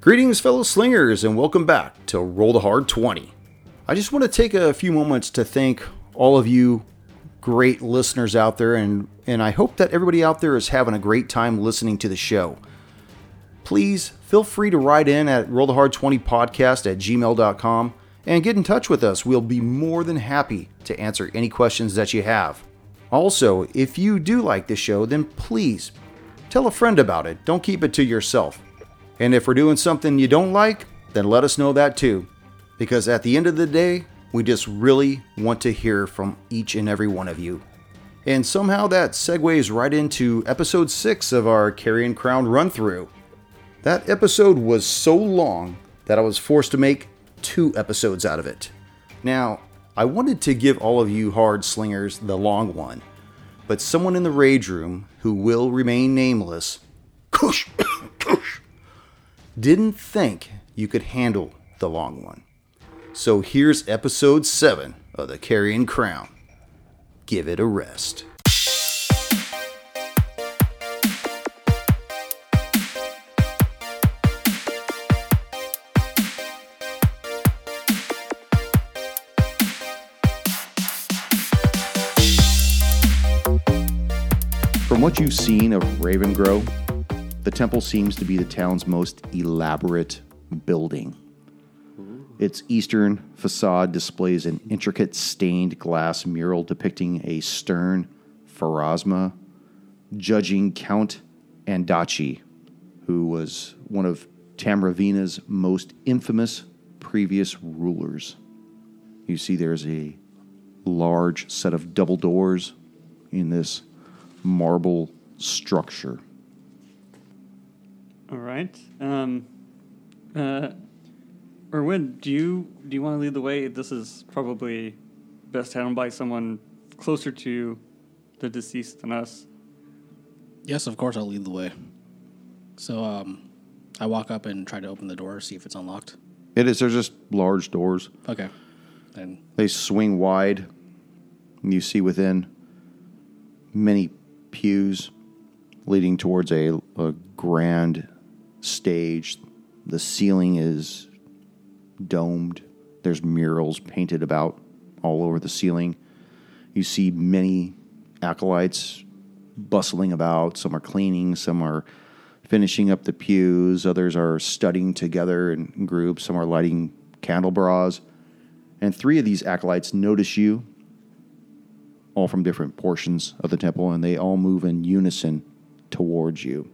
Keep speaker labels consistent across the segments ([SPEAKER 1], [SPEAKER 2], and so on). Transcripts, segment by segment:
[SPEAKER 1] Greetings, fellow slingers, and welcome back to Roll the Hard 20. I just want to take a few moments to thank all of you great listeners out there, and, and I hope that everybody out there is having a great time listening to the show. Please feel free to write in at rollthehard20podcast at gmail.com and get in touch with us. We'll be more than happy to answer any questions that you have. Also, if you do like the show, then please tell a friend about it. Don't keep it to yourself. And if we're doing something you don't like, then let us know that too. Because at the end of the day, we just really want to hear from each and every one of you. And somehow that segues right into episode 6 of our Carrion Crown run through. That episode was so long that I was forced to make two episodes out of it. Now, I wanted to give all of you hard slingers the long one, but someone in the rage room who will remain nameless, Kush, Kush, didn't think you could handle the long one. So here's episode 7 of The Carrion Crown. Give it a rest. From what you've seen of Ravengrow, the temple seems to be the town's most elaborate building. Its eastern facade displays an intricate stained glass mural depicting a stern Farazma judging Count Andachi, who was one of Tamravina's most infamous previous rulers. You see, there's a large set of double doors in this marble structure.
[SPEAKER 2] All right. Um, uh, Erwin, do you do you want to lead the way? This is probably best handled by someone closer to the deceased than us.
[SPEAKER 3] Yes, of course I'll lead the way. So um, I walk up and try to open the door, see if it's unlocked.
[SPEAKER 1] It is. They're just large doors.
[SPEAKER 3] Okay. Then
[SPEAKER 1] They swing wide, and you see within many pews leading towards a, a grand stage. The ceiling is domed. There's murals painted about all over the ceiling. You see many acolytes bustling about. Some are cleaning, some are finishing up the pews, others are studying together in groups, some are lighting candelabras. And three of these acolytes notice you, all from different portions of the temple, and they all move in unison towards you.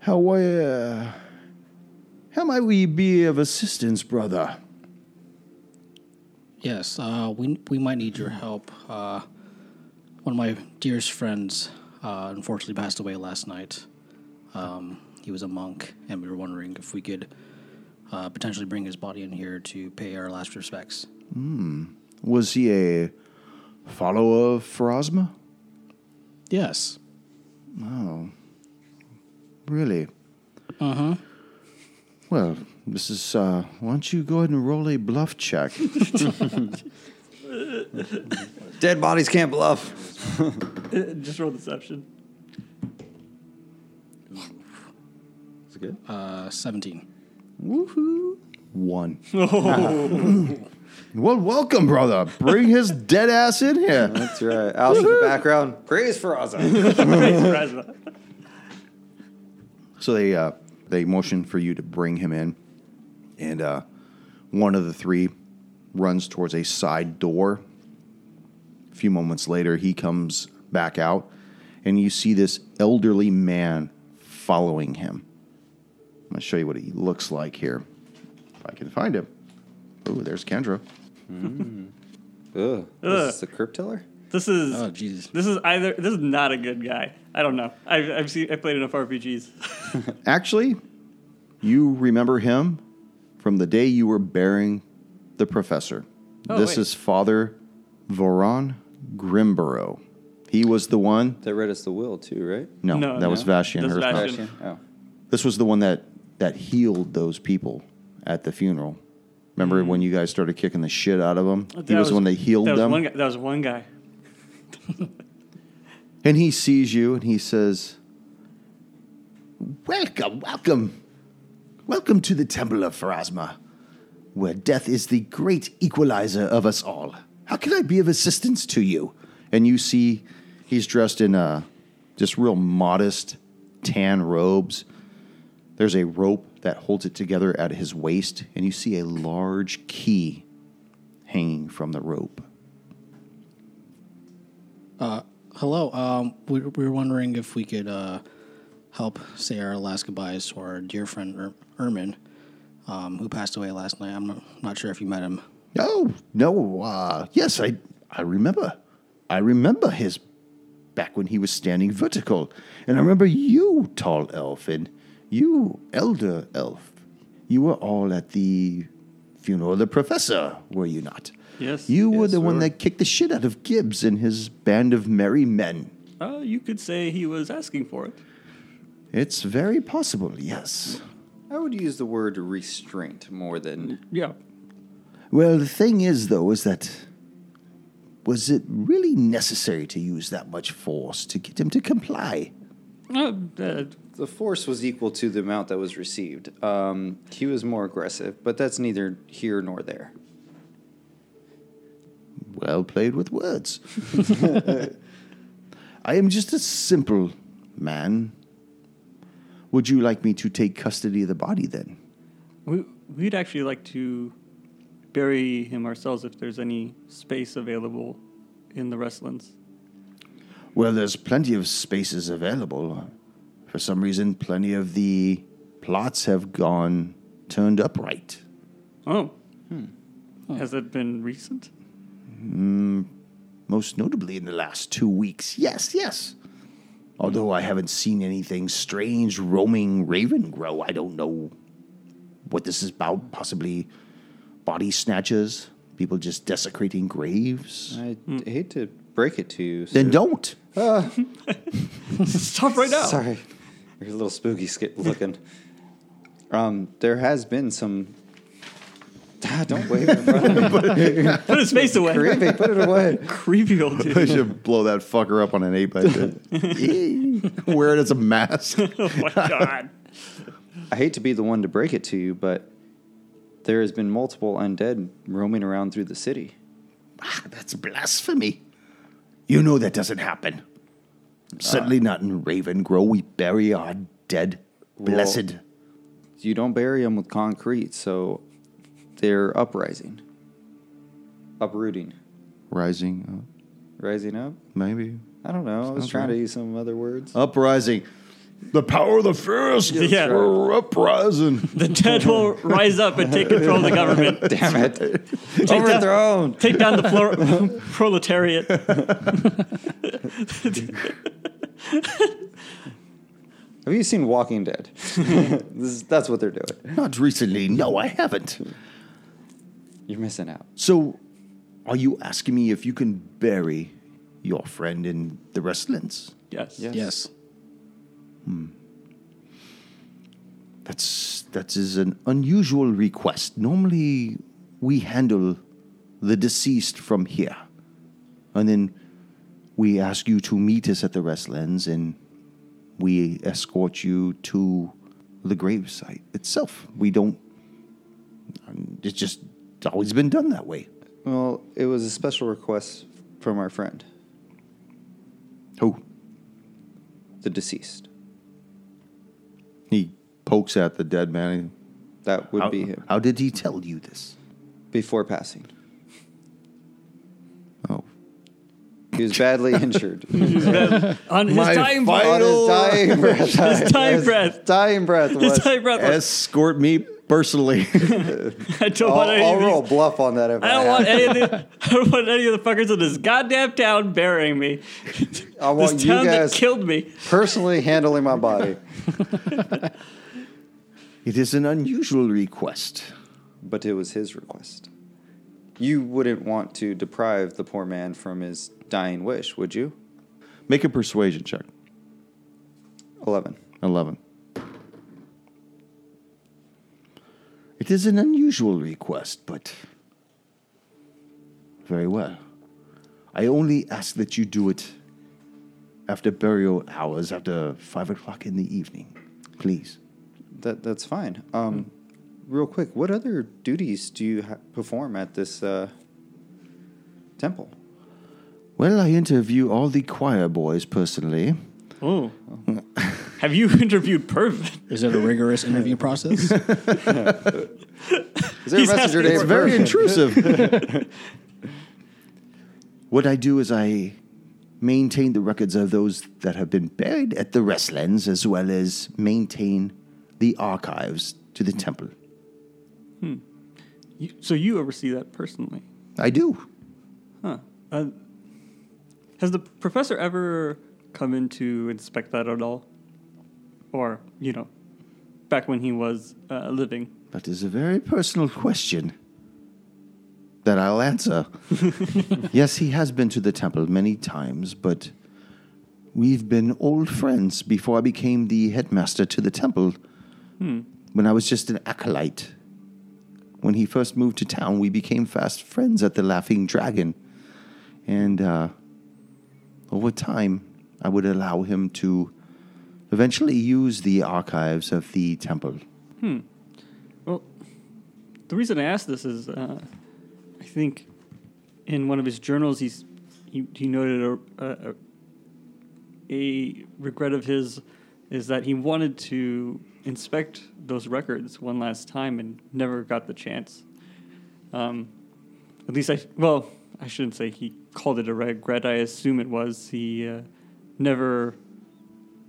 [SPEAKER 1] How, uh, how might we be of assistance, brother?
[SPEAKER 3] yes, uh, we we might need your help. Uh, one of my dearest friends uh, unfortunately passed away last night. Um, he was a monk, and we were wondering if we could uh, potentially bring his body in here to pay our last respects.
[SPEAKER 1] Was he a follower of Phrasma?
[SPEAKER 3] Yes.
[SPEAKER 1] Really? Uh huh. Well, Mrs. Uh, why don't you go ahead and roll a bluff check?
[SPEAKER 4] Dead bodies can't bluff.
[SPEAKER 2] Uh, Just roll deception.
[SPEAKER 4] It's good.
[SPEAKER 3] Uh, Seventeen.
[SPEAKER 1] One. well, welcome, brother. Bring his dead ass in here.
[SPEAKER 4] That's right. Al's in the background. Praise for Ozzy.
[SPEAKER 1] So they uh, they motion for you to bring him in, and uh, one of the three runs towards a side door. A few moments later, he comes back out, and you see this elderly man following him. I'm gonna show you what he looks like here, if I can find him. Oh, there's Kendra.
[SPEAKER 4] Ugh. This is the crypt teller?
[SPEAKER 2] This is
[SPEAKER 3] Oh Jesus.
[SPEAKER 2] this is either this is not a good guy. I don't know. I've I've seen I played enough RPGs.
[SPEAKER 1] Actually, you remember him from the day you were bearing the professor.
[SPEAKER 2] Oh,
[SPEAKER 1] this
[SPEAKER 2] wait.
[SPEAKER 1] is Father Voron Grimborough. He was the one.
[SPEAKER 4] They read us the will, too, right?
[SPEAKER 1] No,
[SPEAKER 2] No,
[SPEAKER 1] that
[SPEAKER 2] no.
[SPEAKER 1] was Vashian.
[SPEAKER 2] That's
[SPEAKER 1] hers not.
[SPEAKER 2] Vashian.
[SPEAKER 4] Actually, oh.
[SPEAKER 1] This was the one that that healed those people at the funeral. Remember when you guys started kicking the shit out of them? he was, the one that healed
[SPEAKER 2] Mm-hmm. that was
[SPEAKER 1] them.
[SPEAKER 2] One guy, that was one guy.
[SPEAKER 1] And he sees you and he says, Welcome, welcome. Welcome to the Temple of Pharasma, where death is the great equalizer of us all. How can I be of assistance to you?
[SPEAKER 5] and you see he's dressed in uh, just real modest tan robes. There's a rope that holds it together at his waist, and you see a large key hanging from the rope.
[SPEAKER 3] Hello. Um, we, we were wondering if we could uh, help say our last goodbyes to our dear friend er- Ermin, um, who passed away last night. I'm not, not sure if you met him.
[SPEAKER 1] Oh, no, uh, yes, I, I remember. I remember his back when he was standing vertical. And I remember you, tall elf, and you, elder elf. You were all at the funeral of the professor, were you not?
[SPEAKER 2] Yes.
[SPEAKER 1] You were
[SPEAKER 4] Yes,
[SPEAKER 1] the
[SPEAKER 4] we
[SPEAKER 1] one
[SPEAKER 4] were.
[SPEAKER 1] that kicked the shit out of Gibbs and his band of merry men.
[SPEAKER 2] Uh, you could say he was asking for it.
[SPEAKER 1] It's very possible, yes.
[SPEAKER 4] I would use the word restraint more than
[SPEAKER 2] Yeah.
[SPEAKER 1] Well, the thing is, though, is that was it really necessary to use that much force to get him to comply?
[SPEAKER 2] Uh, uh,
[SPEAKER 4] the force was equal to the amount that was received. Um, he was more aggressive, but that's neither here nor there.
[SPEAKER 1] Well played with words. I am just a simple man. Would you like me to take custody of the body then?
[SPEAKER 2] we, we'd actually like to bury him ourselves if there's any space available in the Restlands.
[SPEAKER 1] Well, there's plenty of spaces available. For some reason, plenty of the plots have gone turned upright.
[SPEAKER 2] Oh. Has it been recent?
[SPEAKER 1] most notably in the last two weeks. Yes, yes. Although I haven't seen anything strange roaming raven grow, I don't know what this is about. Possibly body snatchers, people just desecrating graves.
[SPEAKER 4] I hate to break it to you.
[SPEAKER 1] Then
[SPEAKER 4] sir.
[SPEAKER 1] don't.
[SPEAKER 2] Stop right now.
[SPEAKER 4] Sorry, you're a little spooky sk- looking. um, there has been some. Ah, don't wave it in front of me.
[SPEAKER 2] Put his face away.
[SPEAKER 4] Creepy, put it away.
[SPEAKER 2] Creepy old dude.
[SPEAKER 1] should blow that fucker up on an eight by ten. Wear it as a mask.
[SPEAKER 2] oh my god.
[SPEAKER 4] I hate to be the one to break it to you, but there has been multiple undead roaming around through the city.
[SPEAKER 1] Ah, That's blasphemy. You know that doesn't happen.
[SPEAKER 5] Uh.
[SPEAKER 1] Certainly not in Raven Grow. We bury our dead, blessed.
[SPEAKER 4] You don't bury them with concrete, so they're uprising, uprooting,
[SPEAKER 5] Rising up,
[SPEAKER 4] rising up.
[SPEAKER 5] maybe.
[SPEAKER 4] I don't know. I was trying to use some other words.
[SPEAKER 5] Uprising. The power of the first.
[SPEAKER 2] Yeah.
[SPEAKER 5] We're uprising.
[SPEAKER 2] The dead will rise up and take control of the government.
[SPEAKER 4] Damn it!
[SPEAKER 2] Take down,
[SPEAKER 4] Overthrown.
[SPEAKER 2] take down the plur- proletariat.
[SPEAKER 4] Have you seen Walking Dead? this is, that's what they're doing.
[SPEAKER 1] Not recently. No, I haven't.
[SPEAKER 4] You're missing out.
[SPEAKER 1] So, are you asking me if you can bury your friend in the Restlands?
[SPEAKER 2] Yes.
[SPEAKER 4] Yeah.
[SPEAKER 3] Yes.
[SPEAKER 1] That's that is an unusual request. Normally, we handle the deceased from here, and then we ask you to meet us at the Restlands, and we escort you to the gravesite itself. We don't. It's just always been done that way.
[SPEAKER 4] Well, it was a special request from our friend,
[SPEAKER 1] Who
[SPEAKER 4] the deceased.
[SPEAKER 1] he pokes at the dead man.
[SPEAKER 4] That would
[SPEAKER 1] How-
[SPEAKER 4] be him
[SPEAKER 1] how did he tell you this?
[SPEAKER 4] before passing.
[SPEAKER 1] Oh.
[SPEAKER 4] He was badly injured.
[SPEAKER 2] On his dying
[SPEAKER 4] On his dying breath.
[SPEAKER 2] His dying breath.
[SPEAKER 4] Dying breath
[SPEAKER 2] breath. His
[SPEAKER 4] was.
[SPEAKER 2] dying breath. was,
[SPEAKER 1] Escort me personally.
[SPEAKER 2] I don't
[SPEAKER 4] I'll,
[SPEAKER 2] want any
[SPEAKER 4] I'll
[SPEAKER 2] of these-
[SPEAKER 4] roll bluff on that. If
[SPEAKER 2] I don't want any of the I don't want any of the fuckers in this goddamn town burying me.
[SPEAKER 4] I
[SPEAKER 2] This
[SPEAKER 4] want you
[SPEAKER 2] town that
[SPEAKER 4] guys
[SPEAKER 2] killed me.
[SPEAKER 4] personally handling my body.
[SPEAKER 1] it is an unusual request.
[SPEAKER 4] But it was his request. You wouldn't want to deprive the poor man from his dying wish, would you?
[SPEAKER 5] Make a persuasion check.
[SPEAKER 4] Eleven.
[SPEAKER 5] 11.
[SPEAKER 1] It is an unusual request, but very well. I only ask that you do it after burial hours, after five o'clock in the evening, please.
[SPEAKER 4] that that's fine. Um,
[SPEAKER 2] Hmm.
[SPEAKER 4] Real quick, what other duties do you ha- perform at this uh, temple?
[SPEAKER 1] Well, I interview all the choir boys personally.
[SPEAKER 2] Oh. Have you interviewed Pervin?
[SPEAKER 3] Is it a rigorous interview process?
[SPEAKER 4] Is there
[SPEAKER 2] He's
[SPEAKER 4] a messenger
[SPEAKER 2] asking
[SPEAKER 4] named
[SPEAKER 2] for-
[SPEAKER 1] Very
[SPEAKER 4] Vernon?
[SPEAKER 1] intrusive. what I do is I maintain the records of those that have been buried at the Restlands, as well as maintain the archives to the temple.
[SPEAKER 2] You, so you oversee that personally?
[SPEAKER 1] I do.
[SPEAKER 2] Huh. Uh, has the professor ever come in to inspect that at all? Or, you know, back when he was uh, living?
[SPEAKER 1] That is a very personal question that I'll answer. yes, he has been to the temple many times, but we've been old friends before I became the headmaster to the temple. When I was just an acolyte. When he first moved to town, we became fast friends at the Laughing Dragon. And uh, over time, I would allow him to eventually use the archives of the temple.
[SPEAKER 2] Well, the reason I asked this is, uh, I think, in one of his journals, he's he, he noted a, a a regret of his is that he wanted to inspect those records one last time and never got the chance. Um, at least I well, I shouldn't say he called it a regret. I assume it was he uh, never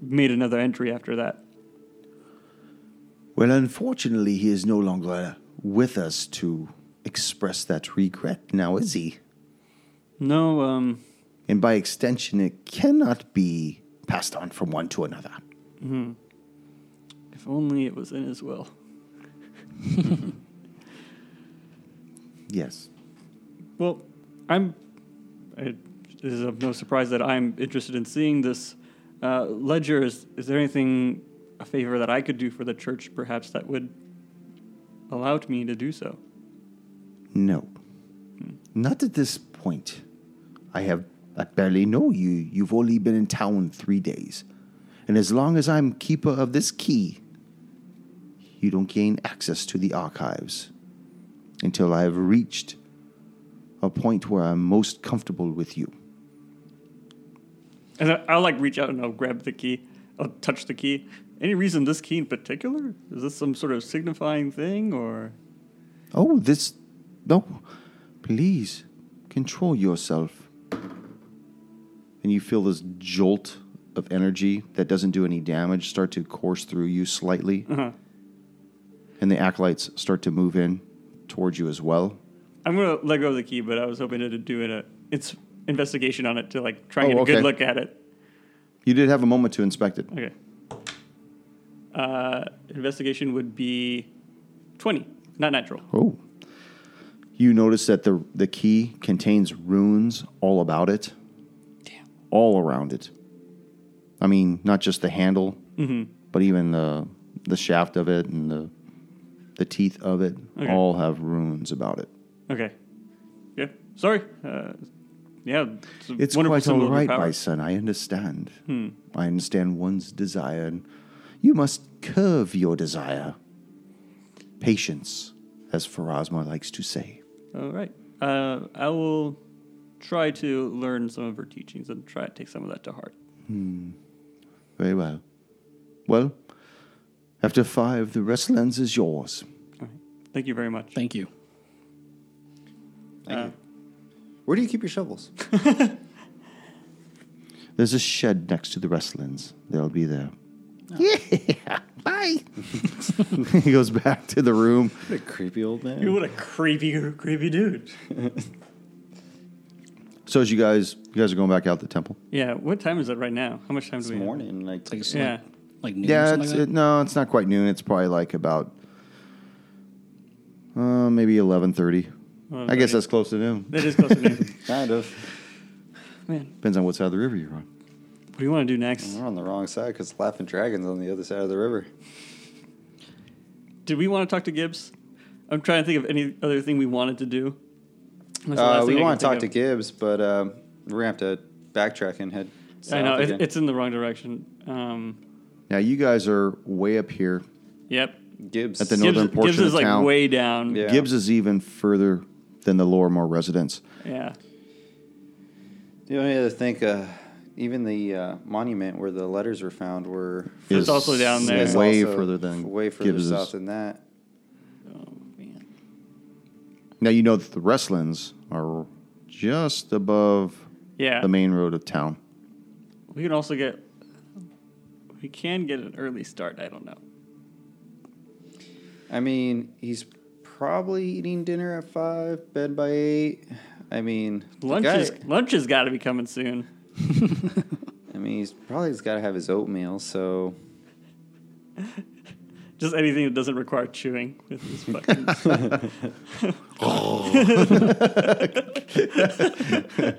[SPEAKER 2] made another entry after that.
[SPEAKER 1] Well, unfortunately, he is no longer with us to express that regret now, is he?
[SPEAKER 2] No, um,
[SPEAKER 1] And by extension, it cannot be passed on from one to another.
[SPEAKER 2] if only it was in his will.
[SPEAKER 1] Yes.
[SPEAKER 2] Well, I'm. It is of no surprise that I'm interested in seeing this uh, ledger. Is, is there anything, a favor that I could do for the church, perhaps, that would allow me to do so?
[SPEAKER 1] No. Not at this point. I have. I barely know you. You've only been in town three days. And as long as I'm keeper of this key, you don't gain access to the archives until I have reached a point where I'm most comfortable with you.
[SPEAKER 2] And I, I'll like reach out and I'll grab the key. I'll touch the key. Any reason this key in particular? Is this some sort of signifying thing, or
[SPEAKER 1] Oh, this. No. Please control yourself. And you feel this jolt of energy that doesn't do any damage start to course through you slightly. And the acolytes start to move in towards you as well.
[SPEAKER 2] I'm gonna let go of the key, but I was hoping to do it a its investigation on it to like try and
[SPEAKER 1] Oh,
[SPEAKER 2] get a
[SPEAKER 1] okay.
[SPEAKER 2] good look at it.
[SPEAKER 1] You did have a moment to inspect it.
[SPEAKER 2] Okay. Uh, investigation would be 20, not natural.
[SPEAKER 1] Oh. You notice that the, the key contains runes all about it. All around it. I mean, not just the handle,
[SPEAKER 2] Mm-hmm.
[SPEAKER 1] but even the the shaft of it and the the teeth of it
[SPEAKER 2] Okay.
[SPEAKER 1] all have runes about it.
[SPEAKER 2] Okay. Yeah. Sorry. Uh, yeah. It's, a
[SPEAKER 1] It's
[SPEAKER 2] wonderful
[SPEAKER 1] quite
[SPEAKER 2] symbol
[SPEAKER 1] all
[SPEAKER 2] of
[SPEAKER 1] right,
[SPEAKER 2] your power. Hmm.
[SPEAKER 1] my son. I understand. I understand one's desire, and you must curve your desire. Patience, as Farazma likes to say.
[SPEAKER 2] All right. Uh, I will try to learn some of her teachings and try to take some of that to heart.
[SPEAKER 1] Very well. Well, after five, the Restlands is yours.
[SPEAKER 2] All right. Thank you very much.
[SPEAKER 3] Thank you.
[SPEAKER 4] Thank you. Where do you keep your shovels?
[SPEAKER 1] There's a shed next to the Restlands. They'll be there. Yeah. Bye. he goes back to the room.
[SPEAKER 4] what a creepy old man.
[SPEAKER 2] what a creepy, creepy dude.
[SPEAKER 1] So as you guys, you guys are going back out the temple.
[SPEAKER 2] Yeah. What time is it right now? How much time
[SPEAKER 4] It's
[SPEAKER 2] do we have?
[SPEAKER 4] morning, like,
[SPEAKER 3] Like, it's
[SPEAKER 2] Yeah.
[SPEAKER 3] like, like noon or
[SPEAKER 1] yeah,
[SPEAKER 3] something
[SPEAKER 1] it's,
[SPEAKER 3] like
[SPEAKER 1] it, no, it's not quite noon. It's probably like about uh, maybe eleven thirty. I guess
[SPEAKER 2] 11:30.
[SPEAKER 1] that's close to noon.
[SPEAKER 2] That is close to noon.
[SPEAKER 4] kind of.
[SPEAKER 2] Man,
[SPEAKER 1] Depends on what side of the river you're on.
[SPEAKER 2] what do you want to do next?
[SPEAKER 4] We're on the wrong side because Laughing Dragon's on the other side of the river.
[SPEAKER 2] Did we want to talk to Gibbs? I'm trying to think of any other thing we wanted to do. That's the
[SPEAKER 4] Uh,
[SPEAKER 2] last
[SPEAKER 4] we
[SPEAKER 2] thing I
[SPEAKER 4] want to
[SPEAKER 2] can
[SPEAKER 4] talk to
[SPEAKER 2] think
[SPEAKER 4] Gibbs, but um, we're going to have to backtrack and head
[SPEAKER 2] of. I
[SPEAKER 4] south
[SPEAKER 2] know
[SPEAKER 4] uh, again.
[SPEAKER 2] it, it's in the wrong direction. Um,
[SPEAKER 1] Now you guys are way up here
[SPEAKER 2] Yep.
[SPEAKER 4] Gibbs.
[SPEAKER 1] At the
[SPEAKER 2] Gibbs,
[SPEAKER 1] northern portion
[SPEAKER 2] Gibbs is
[SPEAKER 1] of
[SPEAKER 2] like
[SPEAKER 1] town.
[SPEAKER 2] way down.
[SPEAKER 4] Yeah.
[SPEAKER 1] Gibbs is even further than the Lorimore residence.
[SPEAKER 2] Yeah.
[SPEAKER 4] The only other thing, uh, even the uh, monument where the letters were found were
[SPEAKER 2] It's
[SPEAKER 1] Is
[SPEAKER 2] also down there.
[SPEAKER 4] is
[SPEAKER 1] Way
[SPEAKER 4] also
[SPEAKER 1] further than
[SPEAKER 4] way further
[SPEAKER 1] Gibbs's.
[SPEAKER 4] south than that.
[SPEAKER 2] Oh man.
[SPEAKER 1] Now you know that the Restlands are just above
[SPEAKER 2] Yeah.
[SPEAKER 1] the main road of town.
[SPEAKER 2] we can also get. We can get an early start. I don't know.
[SPEAKER 4] I mean, he's probably eating dinner at five, bed by eight. I mean, the
[SPEAKER 2] Lunch
[SPEAKER 4] guy-
[SPEAKER 2] is lunch has got to be coming soon.
[SPEAKER 4] I mean, he's probably got to have his oatmeal. So
[SPEAKER 2] Just anything that doesn't require chewing. With this fucking,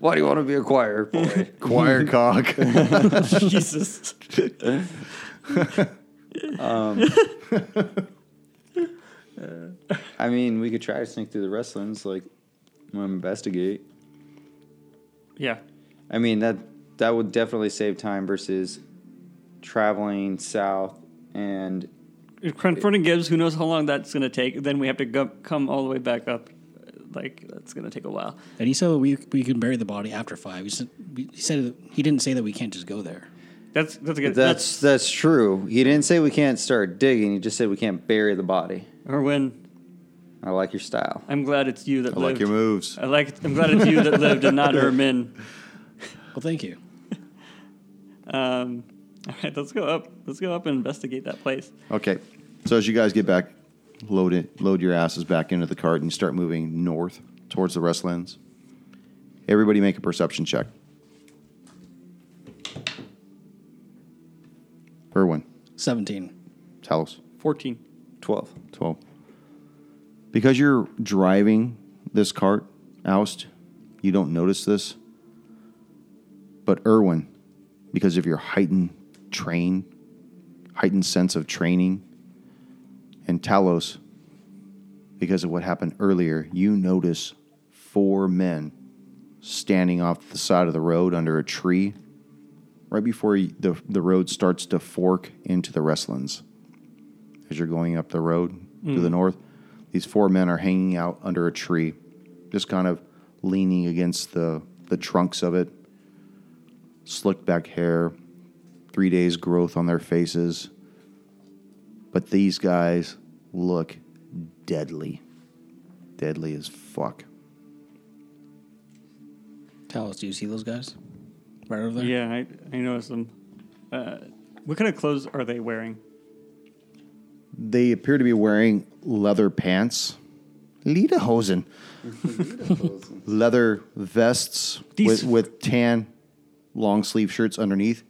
[SPEAKER 4] why do you want to be a choir boy?
[SPEAKER 1] Choir cock.
[SPEAKER 2] Jesus.
[SPEAKER 4] I mean, we could try to sneak through the wrestlings. Like, I'm gonna investigate.
[SPEAKER 2] Yeah.
[SPEAKER 4] I mean that that would definitely save time versus traveling south and
[SPEAKER 2] Confronting Gibbs, who knows how long that's going to take. Then we have to go, come all the way back up. Like, that's going to take a while.
[SPEAKER 3] And he said we we can bury the body after five. He said, he said that- he didn't say that we can't just go there.
[SPEAKER 2] That's that's a good.
[SPEAKER 4] That's that's true. He didn't say we can't start digging. He just said we can't bury the body.
[SPEAKER 2] Erwin.
[SPEAKER 4] I like your style.
[SPEAKER 2] I'm glad it's you that
[SPEAKER 1] I
[SPEAKER 2] lived.
[SPEAKER 1] like your moves.
[SPEAKER 2] I like. I'm glad it's you that lived and not Ermin.
[SPEAKER 3] Well, thank you.
[SPEAKER 2] Um, all right, let's go up. Let's go up and investigate that place.
[SPEAKER 1] Okay. So as you guys get back, load it, load your asses back into the cart, and you start moving north towards the Restlands. Everybody make a perception check. Irwin,
[SPEAKER 3] Seventeen.
[SPEAKER 1] Talos,
[SPEAKER 2] Fourteen.
[SPEAKER 4] Twelve.
[SPEAKER 1] twelve. Because you're driving this cart, oust, you don't notice this. But Irwin, because of your heightened train, heightened sense of training, and Talos, because of what happened earlier, you notice four men standing off the side of the road under a tree right before y- the, the road starts to fork into the Restlands. As you're going up the road to the north, these four men are hanging out under a tree, just kind of leaning against the, the trunks of it, slicked back hair, three days' growth on their faces. But these guys look deadly. Deadly as fuck.
[SPEAKER 3] Talos, do you see those guys? Right over there.
[SPEAKER 2] Yeah, I, I noticed them. Uh, what kind of clothes are they wearing?
[SPEAKER 1] They appear to be wearing leather pants, lederhosen, leather vests with,
[SPEAKER 2] These-
[SPEAKER 1] with tan long sleeve shirts underneath.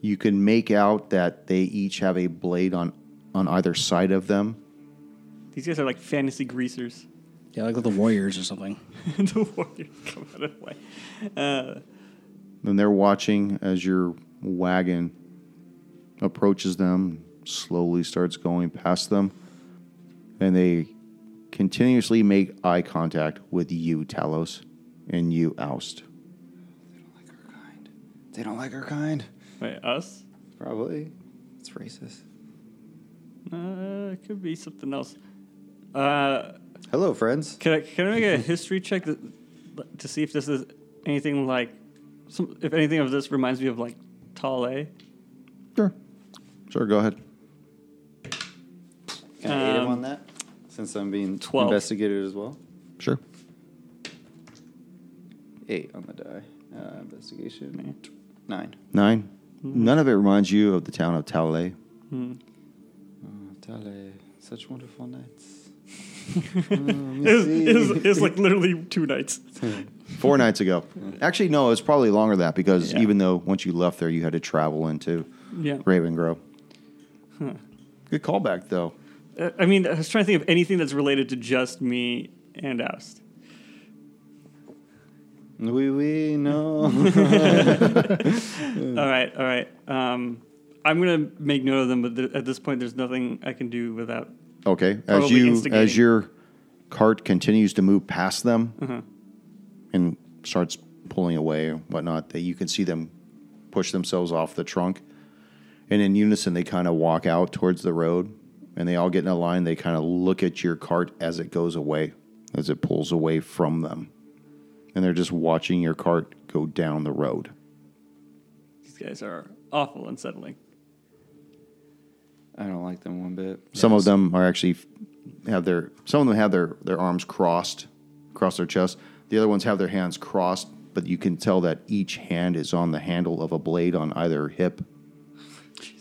[SPEAKER 1] You can make out that they each have a blade on, on either side of them.
[SPEAKER 2] These guys are like fantasy greasers.
[SPEAKER 3] Yeah, like the Warriors or something.
[SPEAKER 2] the warriors come out of the way. Uh,
[SPEAKER 1] and they're watching as your wagon approaches them, slowly starts going past them, and they continuously make eye contact with you, Talos, and you, Oust.
[SPEAKER 4] They don't like our kind.
[SPEAKER 2] wait, us?
[SPEAKER 4] Probably. It's racist.
[SPEAKER 2] Uh, it could be something else. Uh,
[SPEAKER 4] Hello, friends.
[SPEAKER 2] can I can I make a history check to, to see if this is anything like, some, if anything of this reminds me of like Tale?
[SPEAKER 1] Sure. Sure, go ahead.
[SPEAKER 4] Can I aid him
[SPEAKER 2] Um,
[SPEAKER 4] on that? Since I'm being
[SPEAKER 2] 12.
[SPEAKER 4] investigated as well.
[SPEAKER 1] Sure.
[SPEAKER 4] Eight on the die. Uh, investigation. Nine.
[SPEAKER 1] 9 None of it reminds you of the town of Talay.
[SPEAKER 2] Hmm.
[SPEAKER 4] Oh, Tale. Such wonderful nights.
[SPEAKER 2] It was, it, was, it was like literally two nights.
[SPEAKER 1] Four nights ago. Actually, no, it's probably longer than that because
[SPEAKER 2] Yeah.
[SPEAKER 1] even though once you left there, you had to travel into
[SPEAKER 2] Yeah.
[SPEAKER 1] Raven Grove. Good callback, though.
[SPEAKER 2] Uh, I mean, I was trying to think of anything that's related to just me and Oust.
[SPEAKER 4] We we know.
[SPEAKER 2] All right, all right. Um, I'm gonna make note of them, but th- at this point, there's nothing I can do without.
[SPEAKER 1] Okay, as
[SPEAKER 2] Probably
[SPEAKER 1] you
[SPEAKER 2] instigating.
[SPEAKER 1] as your cart continues to move past them
[SPEAKER 2] Mm-hmm.
[SPEAKER 1] and starts pulling away and whatnot, that you can see them push themselves off the trunk, And in unison, they kind of walk out towards the road and they all get in a line. They kind of look at your cart as it goes away, as it pulls away from them. And they're just watching your cart go down the road.
[SPEAKER 2] These guys are awful unsettling.
[SPEAKER 4] I don't like them one bit.
[SPEAKER 1] Some of them are actually have their some of them have their their arms crossed across their chest. The other ones have their hands crossed, but you can tell that each hand is on the handle of a blade on either hip.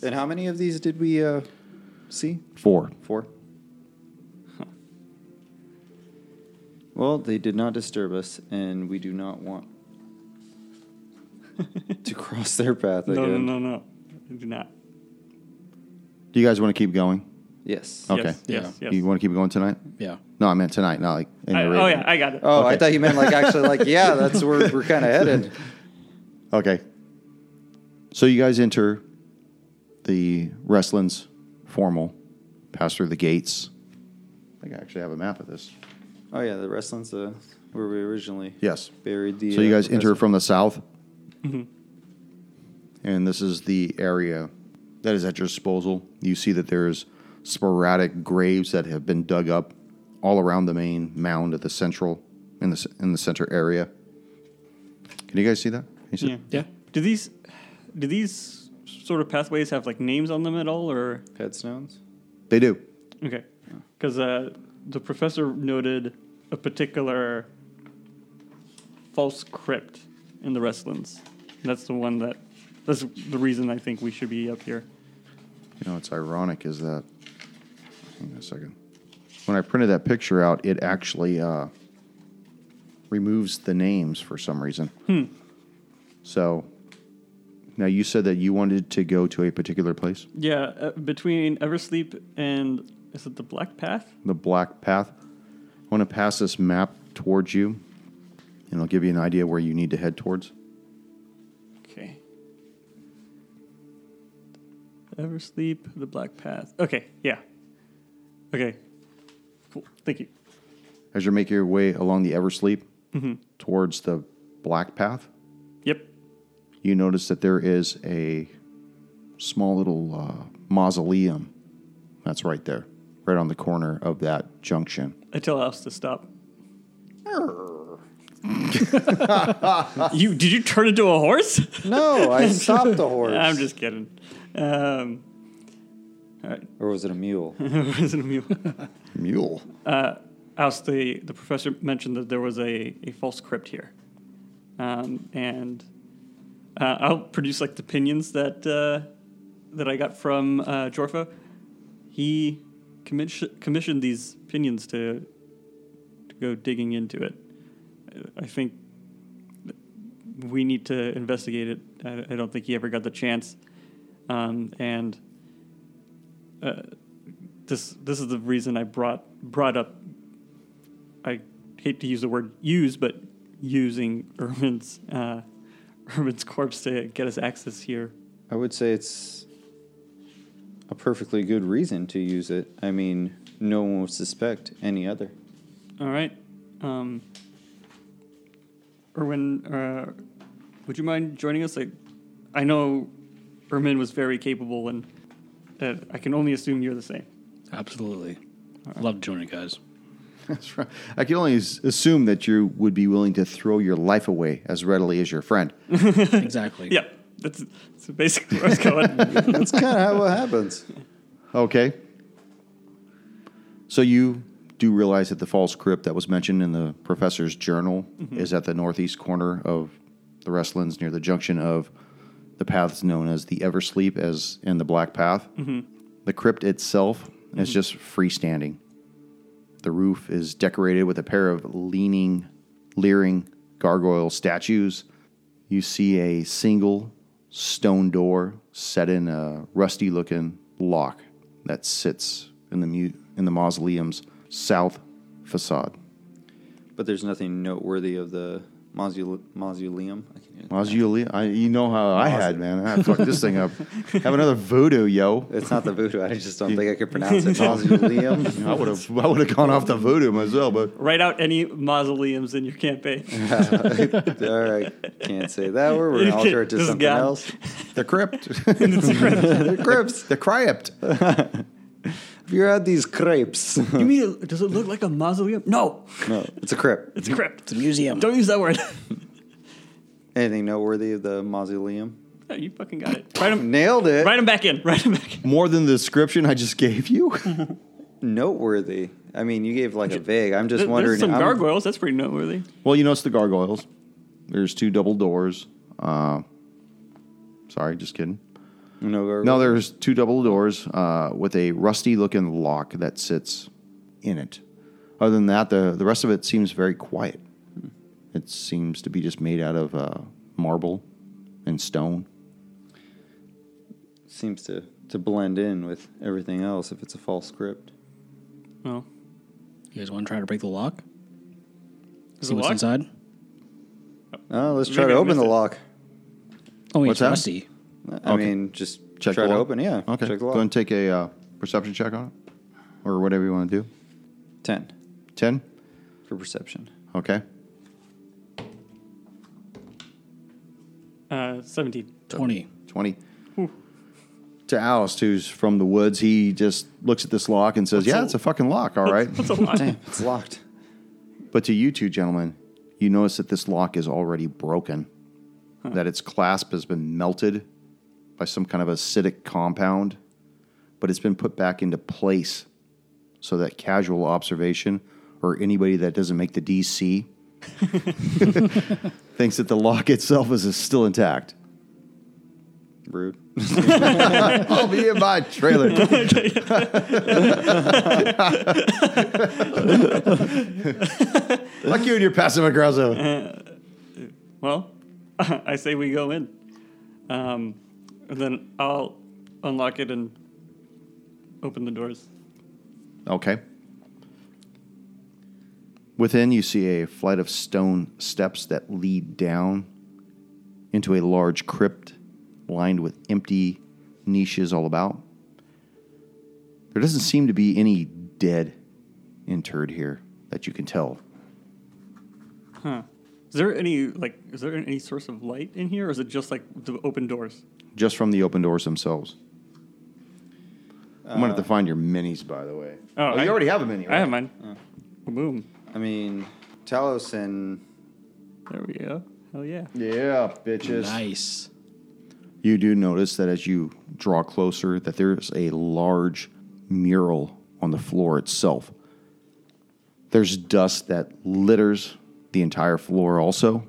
[SPEAKER 4] And how many of these did we uh, see?
[SPEAKER 1] Four.
[SPEAKER 4] Four. Well, they did not disturb us, and we do not want to cross their path
[SPEAKER 2] No,
[SPEAKER 4] again.
[SPEAKER 2] no, no, no. I do not.
[SPEAKER 1] Do you guys want to keep going?
[SPEAKER 4] Yes.
[SPEAKER 1] Okay.
[SPEAKER 2] Yes, yes, yes.
[SPEAKER 1] You want to keep going tonight?
[SPEAKER 3] Yeah.
[SPEAKER 1] No, I meant tonight, not like in
[SPEAKER 2] I,
[SPEAKER 1] the
[SPEAKER 2] oh,
[SPEAKER 1] radio.
[SPEAKER 2] yeah, I got it.
[SPEAKER 4] Oh, I
[SPEAKER 1] Okay.
[SPEAKER 4] thought you meant like actually like yeah, that's where we're kind of headed.
[SPEAKER 1] Okay. So you guys enter the wrestling's formal, pass through the gates. I think I actually have a map of this.
[SPEAKER 4] Oh yeah, the wrestling's uh, where we originally
[SPEAKER 1] Yes.
[SPEAKER 4] buried the.
[SPEAKER 1] So you
[SPEAKER 4] uh,
[SPEAKER 1] guys enter
[SPEAKER 4] professor.
[SPEAKER 1] from the south. And this is the area that is at your disposal. You see that there's sporadic graves that have been dug up all around the main mound at the central in the c- in the center area. Can you guys see that? Can you see-
[SPEAKER 2] Yeah.
[SPEAKER 3] Yeah.
[SPEAKER 2] Do these do these sort of pathways have like names on them at all, or
[SPEAKER 4] headstones.
[SPEAKER 1] They do.
[SPEAKER 2] okay? Because uh, the professor noted a particular false crypt in the Restlands. That's the one that that's the reason I think we should be up here.
[SPEAKER 1] You know, what's ironic is that. Hang on a second. When I printed that picture out, it actually uh, removes the names for some reason. So, now you said that you wanted to go to a particular place,
[SPEAKER 2] Yeah, uh, between Eversleep and is it the Black Path?
[SPEAKER 1] the Black Path. I want to pass this map towards you, and I'll give you an idea where you need to head towards.
[SPEAKER 2] Okay. Eversleep, the Black Path. Okay, yeah. Okay. Cool. Thank you.
[SPEAKER 1] As you make your way along the Eversleep towards the Black Path,
[SPEAKER 2] Yep.
[SPEAKER 1] you notice that there is a small little uh, mausoleum that's right there, right on the corner of that junction.
[SPEAKER 2] I tell Alice to stop. you did you turn into a horse?
[SPEAKER 4] No, I stopped the horse.
[SPEAKER 2] I'm just kidding. Um,
[SPEAKER 4] Or was it a mule?
[SPEAKER 2] wasn't a mule.
[SPEAKER 1] Mule.
[SPEAKER 2] Alice, the, the professor mentioned that there was a, a false crypt here. Um, and uh, I'll produce like the pinions that uh, that I got from uh, Jorfa. He commis- commissioned these pinions to to go digging into it. I- I think we need to investigate it. I, I don't think he ever got the chance. Um, and uh, this this is the reason I brought brought up I hate to use the word use, but using Erwin's uh, Erwin's corpse to get us access here.
[SPEAKER 4] I would say it's a perfectly good reason to use it. I mean, no one would suspect any other.
[SPEAKER 2] All right, um, Erwin, uh, would you mind joining us? Like, I know Erwin was very capable, and uh, I can only assume you're the same.
[SPEAKER 3] Absolutely. Love joining guys.
[SPEAKER 1] That's right. I can only s- assume that you would be willing to throw your life away as readily as your friend.
[SPEAKER 3] exactly.
[SPEAKER 2] Yeah, that's, that's basically where I was going.
[SPEAKER 4] That's kind of how it happens.
[SPEAKER 1] Okay. So you do realize that the false crypt that was mentioned in the professor's journal is at the northeast corner of the Restlands near the junction of the paths known as the Eversleep as and the Black Path. The crypt itself is just freestanding. The roof is decorated with a pair of leaning, leering gargoyle statues. You see a single stone door set in a rusty looking lock that sits in the mu- in the mausoleum's south facade.
[SPEAKER 4] But there's nothing noteworthy of the Mausoleum. Mausoleum. I can't even-
[SPEAKER 1] Mausoleum. I, you know how I had, man. I fucked this thing up. Have another voodoo, yo.
[SPEAKER 4] It's not the voodoo. I just don't think I could pronounce it. Mausoleum.
[SPEAKER 1] I would have. I would have gone off the voodoo myself, but
[SPEAKER 2] Write out any mausoleums in your campaign.
[SPEAKER 4] All right. Can't say that word. We're going to alter it to
[SPEAKER 2] This is
[SPEAKER 4] something
[SPEAKER 2] God.
[SPEAKER 4] else.
[SPEAKER 1] the crypt,
[SPEAKER 4] The crepes.
[SPEAKER 1] the crypt.
[SPEAKER 4] If you had these crepes.
[SPEAKER 2] you mean does it look like a mausoleum? No,
[SPEAKER 4] no, it's a crepe.
[SPEAKER 2] it's a crypt.
[SPEAKER 3] It's a museum.
[SPEAKER 2] Don't use that word.
[SPEAKER 4] Anything noteworthy of the mausoleum?
[SPEAKER 2] No, you fucking got it. Write them.
[SPEAKER 4] Nailed it.
[SPEAKER 2] Write them back in. Write them back. in.
[SPEAKER 1] More than the description I just gave you.
[SPEAKER 4] Noteworthy. I mean, you gave like a vague. I'm just
[SPEAKER 2] There-
[SPEAKER 4] wondering.
[SPEAKER 2] There's some
[SPEAKER 4] I'm-
[SPEAKER 2] gargoyles. That's pretty noteworthy.
[SPEAKER 1] Well, you know it's the gargoyles. There's two double doors. Uh, sorry, just kidding.
[SPEAKER 4] No gargoyles.
[SPEAKER 1] No, there's two double doors uh, with a rusty looking lock that sits in it. Other than that, the, the rest of it seems very quiet.
[SPEAKER 4] Hmm.
[SPEAKER 1] It seems to be just made out of uh, marble and stone.
[SPEAKER 4] seems to, to blend in with everything else if it's a false script.
[SPEAKER 2] No.
[SPEAKER 3] You guys want to try to break the lock?
[SPEAKER 2] Is
[SPEAKER 3] See
[SPEAKER 2] it
[SPEAKER 3] what's
[SPEAKER 2] locked?
[SPEAKER 3] inside?
[SPEAKER 4] Oh, let's try
[SPEAKER 2] Maybe
[SPEAKER 4] to
[SPEAKER 2] I
[SPEAKER 4] open the
[SPEAKER 2] missed it.
[SPEAKER 4] lock.
[SPEAKER 3] Oh, wait,
[SPEAKER 1] What's
[SPEAKER 3] it's
[SPEAKER 1] that?
[SPEAKER 3] rusty.
[SPEAKER 4] I
[SPEAKER 1] Okay.
[SPEAKER 4] mean, just
[SPEAKER 1] Check
[SPEAKER 4] try
[SPEAKER 1] the
[SPEAKER 4] to
[SPEAKER 1] lock.
[SPEAKER 4] open. Yeah.
[SPEAKER 1] Okay.
[SPEAKER 4] Check the
[SPEAKER 1] Go
[SPEAKER 4] lock.
[SPEAKER 1] ahead and take a uh, perception check on it or whatever you want to do.
[SPEAKER 4] 10
[SPEAKER 1] 10?
[SPEAKER 4] for perception.
[SPEAKER 1] Okay.
[SPEAKER 2] Uh, Seventeen.
[SPEAKER 3] 20.
[SPEAKER 1] 20. To Alice, who's from the woods, he just looks at this lock and says, Yeah, it's a fucking lock. All right.
[SPEAKER 2] That's a lot.
[SPEAKER 4] Damn, it's locked.
[SPEAKER 1] But to you two gentlemen, you notice that this lock is already broken, that its clasp has been melted by some kind of acidic compound, but it's been put back into place so that casual observation or anybody that doesn't make the DC thinks that the lock itself is still intact.
[SPEAKER 4] Rude.
[SPEAKER 1] I'll be in my trailer. Fuck you and your passive aggressive.
[SPEAKER 2] Well, I say we go in. Um, and then I'll unlock it and open the doors.
[SPEAKER 1] Okay. Within, you see a flight of stone steps that lead down into a large crypt lined with empty niches all about. There doesn't seem to be any dead interred here that you can tell.
[SPEAKER 2] Is there any like is there any source of light in here or is it just like the open doors?
[SPEAKER 1] just from the open doors themselves. I'm gonna have to find your minis, by the way.
[SPEAKER 2] Uh, Oh, I-
[SPEAKER 1] you already have a mini. Right?
[SPEAKER 2] I have mine.
[SPEAKER 4] Oh.
[SPEAKER 2] Boom.
[SPEAKER 4] I mean, Talos and
[SPEAKER 2] There we go. Hell yeah.
[SPEAKER 1] Yeah, bitches.
[SPEAKER 3] Nice.
[SPEAKER 1] You do notice that as you draw closer, that there's a large mural on the floor itself. There's dust that litters the entire floor, also,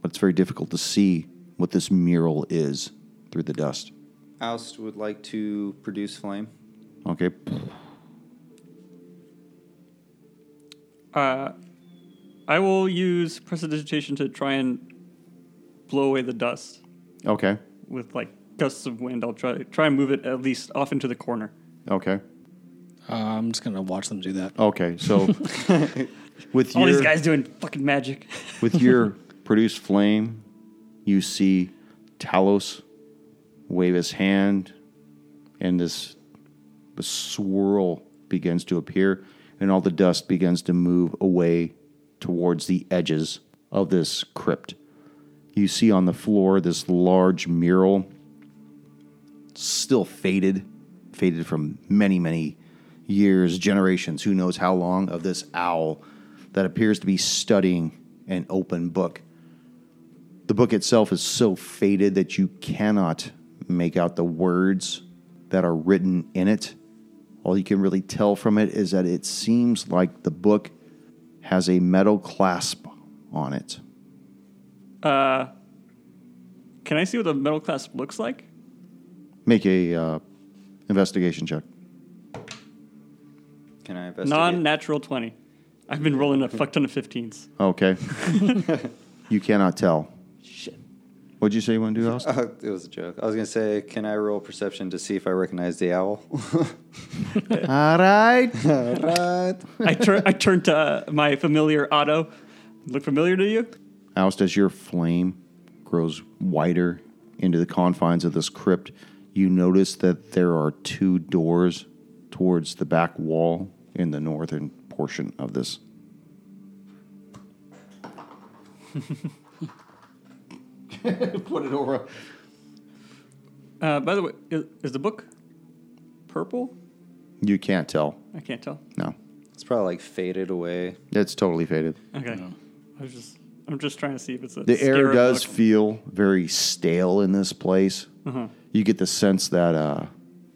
[SPEAKER 1] but it's very difficult to see what this mural is through the dust.
[SPEAKER 4] Oust would like to produce flame.
[SPEAKER 1] Okay,
[SPEAKER 2] Uh, I will use prestidigitation to try and blow away the dust
[SPEAKER 1] okay,
[SPEAKER 2] with like gusts of wind. I'll try try and move it at least off into the corner.
[SPEAKER 1] okay.
[SPEAKER 3] Uh, I'm just going to watch them do that.
[SPEAKER 1] Okay, so with
[SPEAKER 2] All these
[SPEAKER 1] your
[SPEAKER 2] guys doing fucking magic.
[SPEAKER 1] with your produced flame, you see Talos wave his hand, and this the swirl begins to appear, and all the dust begins to move away towards the edges of this crypt. You see on the floor this large mural, still faded, faded from many, many years, generations, who knows how long, of this owl that appears to be studying an open book. The book itself is so faded that you cannot make out the words that are written in it. All you can really tell from it is that it seems like the book has a metal clasp on it.
[SPEAKER 2] Uh, Can I see what the metal clasp looks like?
[SPEAKER 1] Make a uh, investigation check.
[SPEAKER 4] Can I investigate?
[SPEAKER 2] Non natural 20. I've been rolling a fuck ton of 15s.
[SPEAKER 1] Okay. you cannot tell.
[SPEAKER 2] Shit.
[SPEAKER 1] What'd you say you want to do, Austin?
[SPEAKER 4] Uh, it was a joke. I was gonna say, can I roll perception to see if I recognize the owl?
[SPEAKER 1] All right.
[SPEAKER 4] All right.
[SPEAKER 2] I, tur- I turned to uh, my familiar Otto Look familiar to you?
[SPEAKER 1] Oust, as your flame grows wider into the confines of this crypt, you notice that there are two doors towards the back wall in the northern portion of this.
[SPEAKER 5] Put it over.
[SPEAKER 2] Uh, by the way, is, is the book purple?
[SPEAKER 1] You can't tell.
[SPEAKER 2] I can't tell.
[SPEAKER 1] No.
[SPEAKER 4] It's probably like faded away.
[SPEAKER 1] It's totally faded.
[SPEAKER 2] Okay. I was just I'm just trying to see if it's a
[SPEAKER 1] The air
[SPEAKER 2] scarab
[SPEAKER 1] does
[SPEAKER 2] book. Uh-huh.
[SPEAKER 1] feel very stale in this place. You get the sense that uh,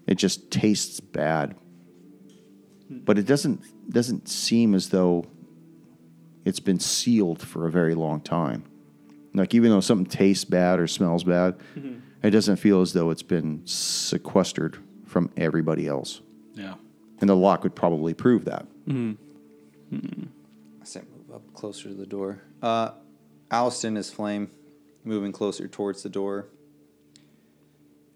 [SPEAKER 1] it just tastes bad, but it doesn't doesn't seem as though it's been sealed for a very long time. Like even though something tastes bad or smells bad, it doesn't feel as though it's been sequestered from everybody else.
[SPEAKER 3] Yeah.
[SPEAKER 1] And the lock would probably prove that.
[SPEAKER 4] I said move up closer to the door. Uh, Alston is flame, moving closer towards the door.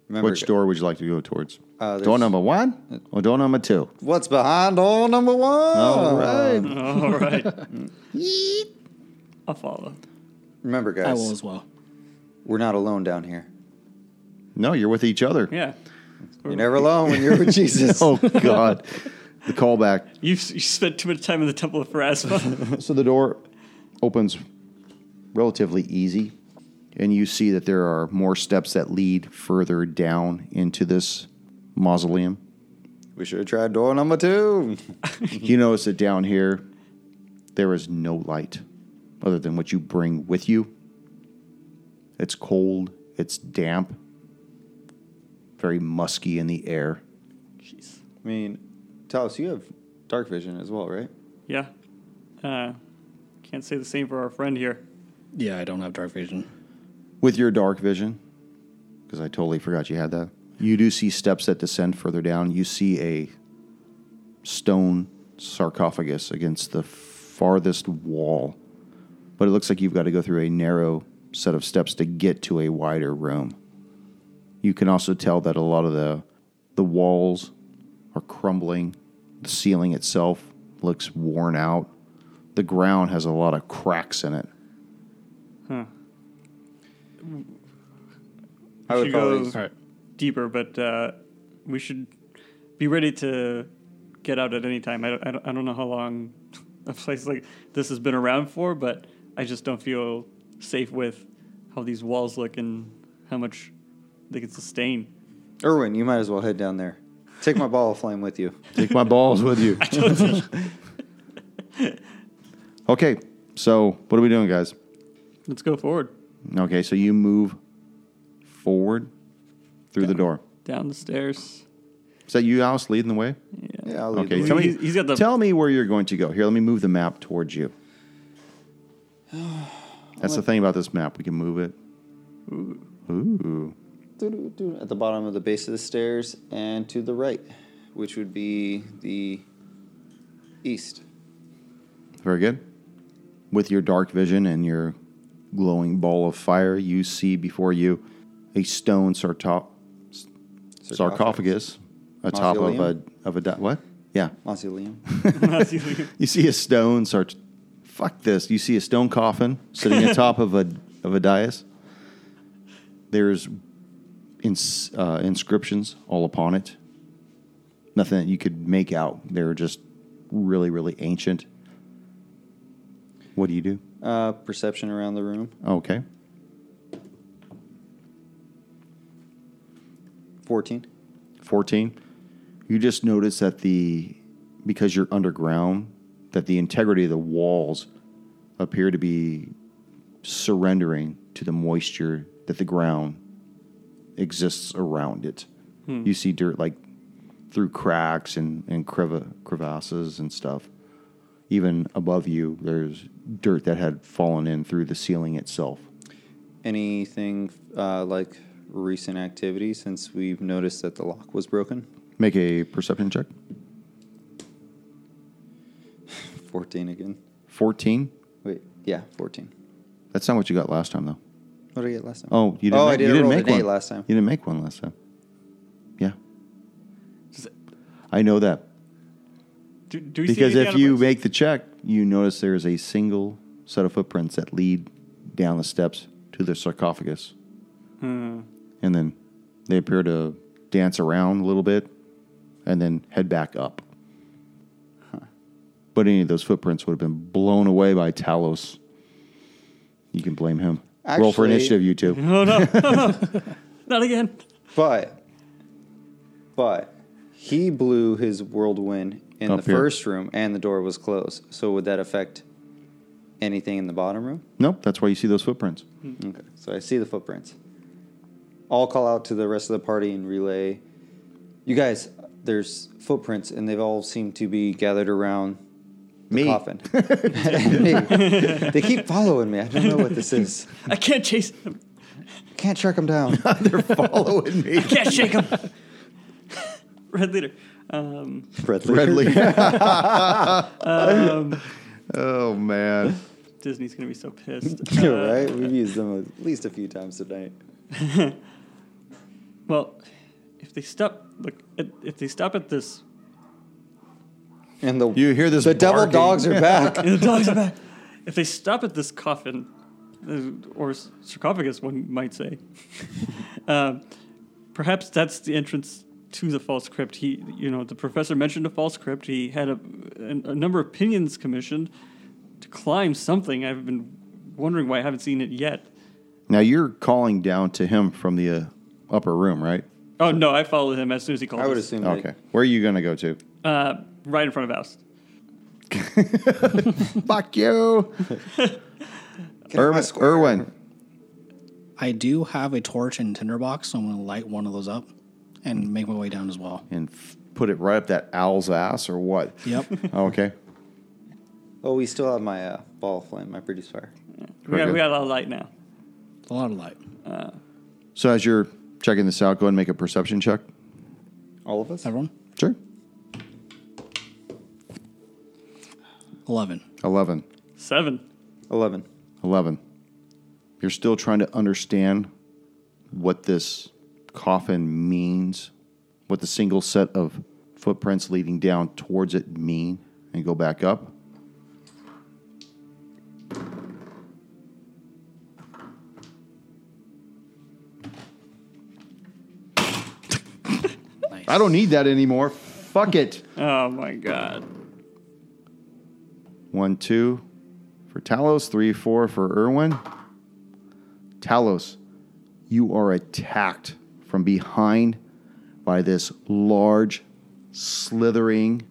[SPEAKER 4] Remember,
[SPEAKER 1] Which door would you like to go towards?
[SPEAKER 4] Uh, there's-
[SPEAKER 1] door number one or door number two?
[SPEAKER 4] What's behind door number one?
[SPEAKER 1] All right.
[SPEAKER 2] All right. I'll follow.
[SPEAKER 4] Remember,
[SPEAKER 3] I will
[SPEAKER 4] guys,
[SPEAKER 3] as well.
[SPEAKER 4] we're not alone down here.
[SPEAKER 1] No, you're with each other.
[SPEAKER 2] Yeah.
[SPEAKER 4] You're never alone when you're with Jesus.
[SPEAKER 1] Oh God, the callback.
[SPEAKER 2] You've you spent too much time in the Temple of Pharasma.
[SPEAKER 1] So the door opens relatively easy, and you see that there are more steps that lead further down into this mausoleum.
[SPEAKER 4] We should have tried door number two.
[SPEAKER 1] You notice that down here there is no light other than what you bring with you. It's cold. It's damp. Very musky in the air.
[SPEAKER 2] Jeez.
[SPEAKER 4] I mean, Talos, you have dark vision as well, right?
[SPEAKER 2] Yeah. Uh, can't say the same for our friend here.
[SPEAKER 3] Yeah, I don't have dark vision.
[SPEAKER 1] with your dark vision, because I totally forgot you had that, you do see steps that descend further down. You see a stone sarcophagus against the farthest wall, but it looks like you've got to go through a narrow set of steps to get to a wider room. You can also tell that a lot of the the walls are crumbling. The ceiling itself looks worn out. The ground has a lot of cracks in it.
[SPEAKER 4] I would
[SPEAKER 2] should
[SPEAKER 4] probably.
[SPEAKER 2] go deeper, but uh, we should be ready to get out at any time. I don't, I don't, I don't know how long a place like this has been around for, but I just don't feel safe with how these walls look and how much they can sustain.
[SPEAKER 4] Erwin, you might as well head down there. Take my ball of flame with you.
[SPEAKER 1] Take my balls with you. okay, so what are we doing, guys?
[SPEAKER 2] Let's go forward
[SPEAKER 1] Okay, so you move forward through the door.
[SPEAKER 2] down the stairs.
[SPEAKER 1] Is that you, Alice, leading the way?
[SPEAKER 2] Yeah.
[SPEAKER 4] Yeah, I'll lead
[SPEAKER 1] Okay,
[SPEAKER 4] the
[SPEAKER 1] tell
[SPEAKER 4] way.
[SPEAKER 1] me,
[SPEAKER 2] He's- he's got the-
[SPEAKER 1] tell me where you're going to go. Here, let me move the map towards you. That's the thing about this map. We can move it. Ooh.
[SPEAKER 4] Doo-doo-doo, at the bottom of the base of the stairs and to the right, which would be the east.
[SPEAKER 1] Very good. With your dark vision and your glowing ball of fire, you see before you a stone sarto- sarcophagus atop of a
[SPEAKER 4] Mausoleum?
[SPEAKER 1] of a di- what? Yeah,
[SPEAKER 4] Mausoleum.
[SPEAKER 1] you see a stone sart. Fuck this! You see a stone coffin sitting atop of a of a dais. There's ins, uh, inscriptions all upon it. Nothing that you could make out. They're just really, really ancient. What do you do?
[SPEAKER 4] Uh, perception around the room.
[SPEAKER 1] Okay.
[SPEAKER 4] 14.
[SPEAKER 1] 14 you just notice that the because you're underground that the integrity of the walls appear to be surrendering to the moisture that the ground exists around it you see dirt like through cracks and, and creva- crevasses and stuff even above you there's dirt that had fallen in through the ceiling itself
[SPEAKER 4] Anything uh, like recent activity since we've noticed that the lock was broken?
[SPEAKER 1] make a perception check
[SPEAKER 4] 14 again.
[SPEAKER 1] 14
[SPEAKER 4] Wait, yeah, 14.
[SPEAKER 1] that's not what you got last time though
[SPEAKER 4] What did I get last time?
[SPEAKER 1] Oh, you didn't.
[SPEAKER 4] Oh,
[SPEAKER 1] make,
[SPEAKER 4] I did.
[SPEAKER 1] You
[SPEAKER 4] I
[SPEAKER 1] didn't
[SPEAKER 4] rolled
[SPEAKER 1] make
[SPEAKER 4] an
[SPEAKER 1] one
[SPEAKER 4] eight last time.
[SPEAKER 1] You didn't make one last time. Yeah,
[SPEAKER 2] Does it-
[SPEAKER 1] I know that
[SPEAKER 2] Do, do we see
[SPEAKER 1] because
[SPEAKER 2] anything out
[SPEAKER 1] if
[SPEAKER 2] of
[SPEAKER 1] you
[SPEAKER 2] place?
[SPEAKER 1] make the check, you notice there is a single set of footprints that lead down the steps to the sarcophagus. Hmm. And then they appear to dance around a little bit and then head back up. But any of those footprints would have been blown away by Talos. You can blame him. Roll for
[SPEAKER 4] Actually-
[SPEAKER 1] initiative, you two.
[SPEAKER 2] Oh no, oh, no. not again.
[SPEAKER 4] But, but he blew his whirlwind in
[SPEAKER 1] Up
[SPEAKER 4] the
[SPEAKER 1] here.
[SPEAKER 4] first room, and the door was closed. So would that affect anything in the bottom room?
[SPEAKER 1] Nope, that's why you see those footprints.
[SPEAKER 4] Okay. So I see the footprints. I'll call out to the rest of the party and relay. You guys, there's footprints, and they've all seem to be gathered around the
[SPEAKER 1] Me.
[SPEAKER 4] coffin. Me. They keep following me. I don't know what this is.
[SPEAKER 2] I can't chase. Him.
[SPEAKER 4] Can't track them down.
[SPEAKER 1] Following me.
[SPEAKER 2] Can't shake him. Red leader. Um,
[SPEAKER 4] Bradley.
[SPEAKER 1] Redley. oh, man.
[SPEAKER 2] Disney's gonna be so pissed.
[SPEAKER 4] You're
[SPEAKER 2] Uh,
[SPEAKER 4] right. We've used them at least a few times tonight.
[SPEAKER 2] Well, if they stop, look, if- if they stop at this,
[SPEAKER 4] And the
[SPEAKER 1] You hear this
[SPEAKER 4] The devil
[SPEAKER 1] barking.
[SPEAKER 4] dogs are back.
[SPEAKER 2] the dogs are back. If they stop at this coffin, uh, or s- sarcophagus, one might say, um, perhaps that's the entrance to the false crypt. He, you know, the professor mentioned a false crypt. He had a, a, a number of pinions commissioned to climb something. I've been wondering why I haven't seen it yet.
[SPEAKER 1] Now you're calling down to him from the uh, upper room, right?
[SPEAKER 2] Oh no! I followed him as soon as he called.
[SPEAKER 4] I would
[SPEAKER 2] us.
[SPEAKER 4] assume. they-
[SPEAKER 1] Okay. Where are you going to go to?
[SPEAKER 2] uh, right in front of us.
[SPEAKER 1] Fuck you.
[SPEAKER 4] Get out of my
[SPEAKER 1] Irwin,
[SPEAKER 4] square.
[SPEAKER 1] Irwin.
[SPEAKER 3] I do have a torch and tinderbox, so I'm going to light one of those up and make my way down as well.
[SPEAKER 1] And f- put it right up that owl's ass or what?
[SPEAKER 3] Yep.
[SPEAKER 1] Okay.
[SPEAKER 4] Oh, we still have my uh, ball of flame, my produce fire.
[SPEAKER 2] We got,
[SPEAKER 1] Okay.
[SPEAKER 2] we got a lot of light now.
[SPEAKER 3] a lot of light.
[SPEAKER 1] So as you're checking this out, go ahead and make a perception check.
[SPEAKER 4] All of us?
[SPEAKER 3] Everyone?
[SPEAKER 1] Sure.
[SPEAKER 3] 11.
[SPEAKER 1] 11.
[SPEAKER 2] Seven.
[SPEAKER 4] 11.
[SPEAKER 1] 11. You're still trying to understand what this coffin means, what the single set of footprints leading down towards it mean, and go back up.
[SPEAKER 3] Nice.
[SPEAKER 1] I don't need that anymore. Fuck it.
[SPEAKER 2] Oh my god.
[SPEAKER 1] One, two for Talos, three, four for Irwin. Talos, you are attacked from behind by this large, slithering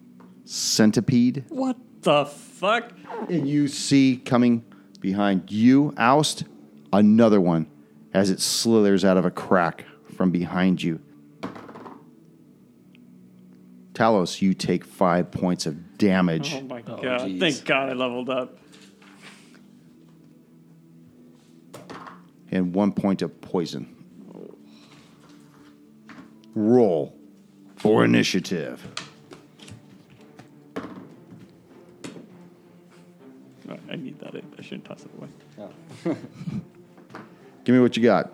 [SPEAKER 1] centipede.
[SPEAKER 2] What the fuck?
[SPEAKER 1] And you see coming behind you, oust, another one as it slithers out of a crack from behind you. Talos, you take five points of damage.
[SPEAKER 2] Oh my
[SPEAKER 3] Oh,
[SPEAKER 2] god.
[SPEAKER 3] geez.
[SPEAKER 2] Thank god I leveled up.
[SPEAKER 1] and one point of poison. Roll for initiative.
[SPEAKER 2] Right, I need that. I shouldn't toss it away.
[SPEAKER 1] Give me what you got.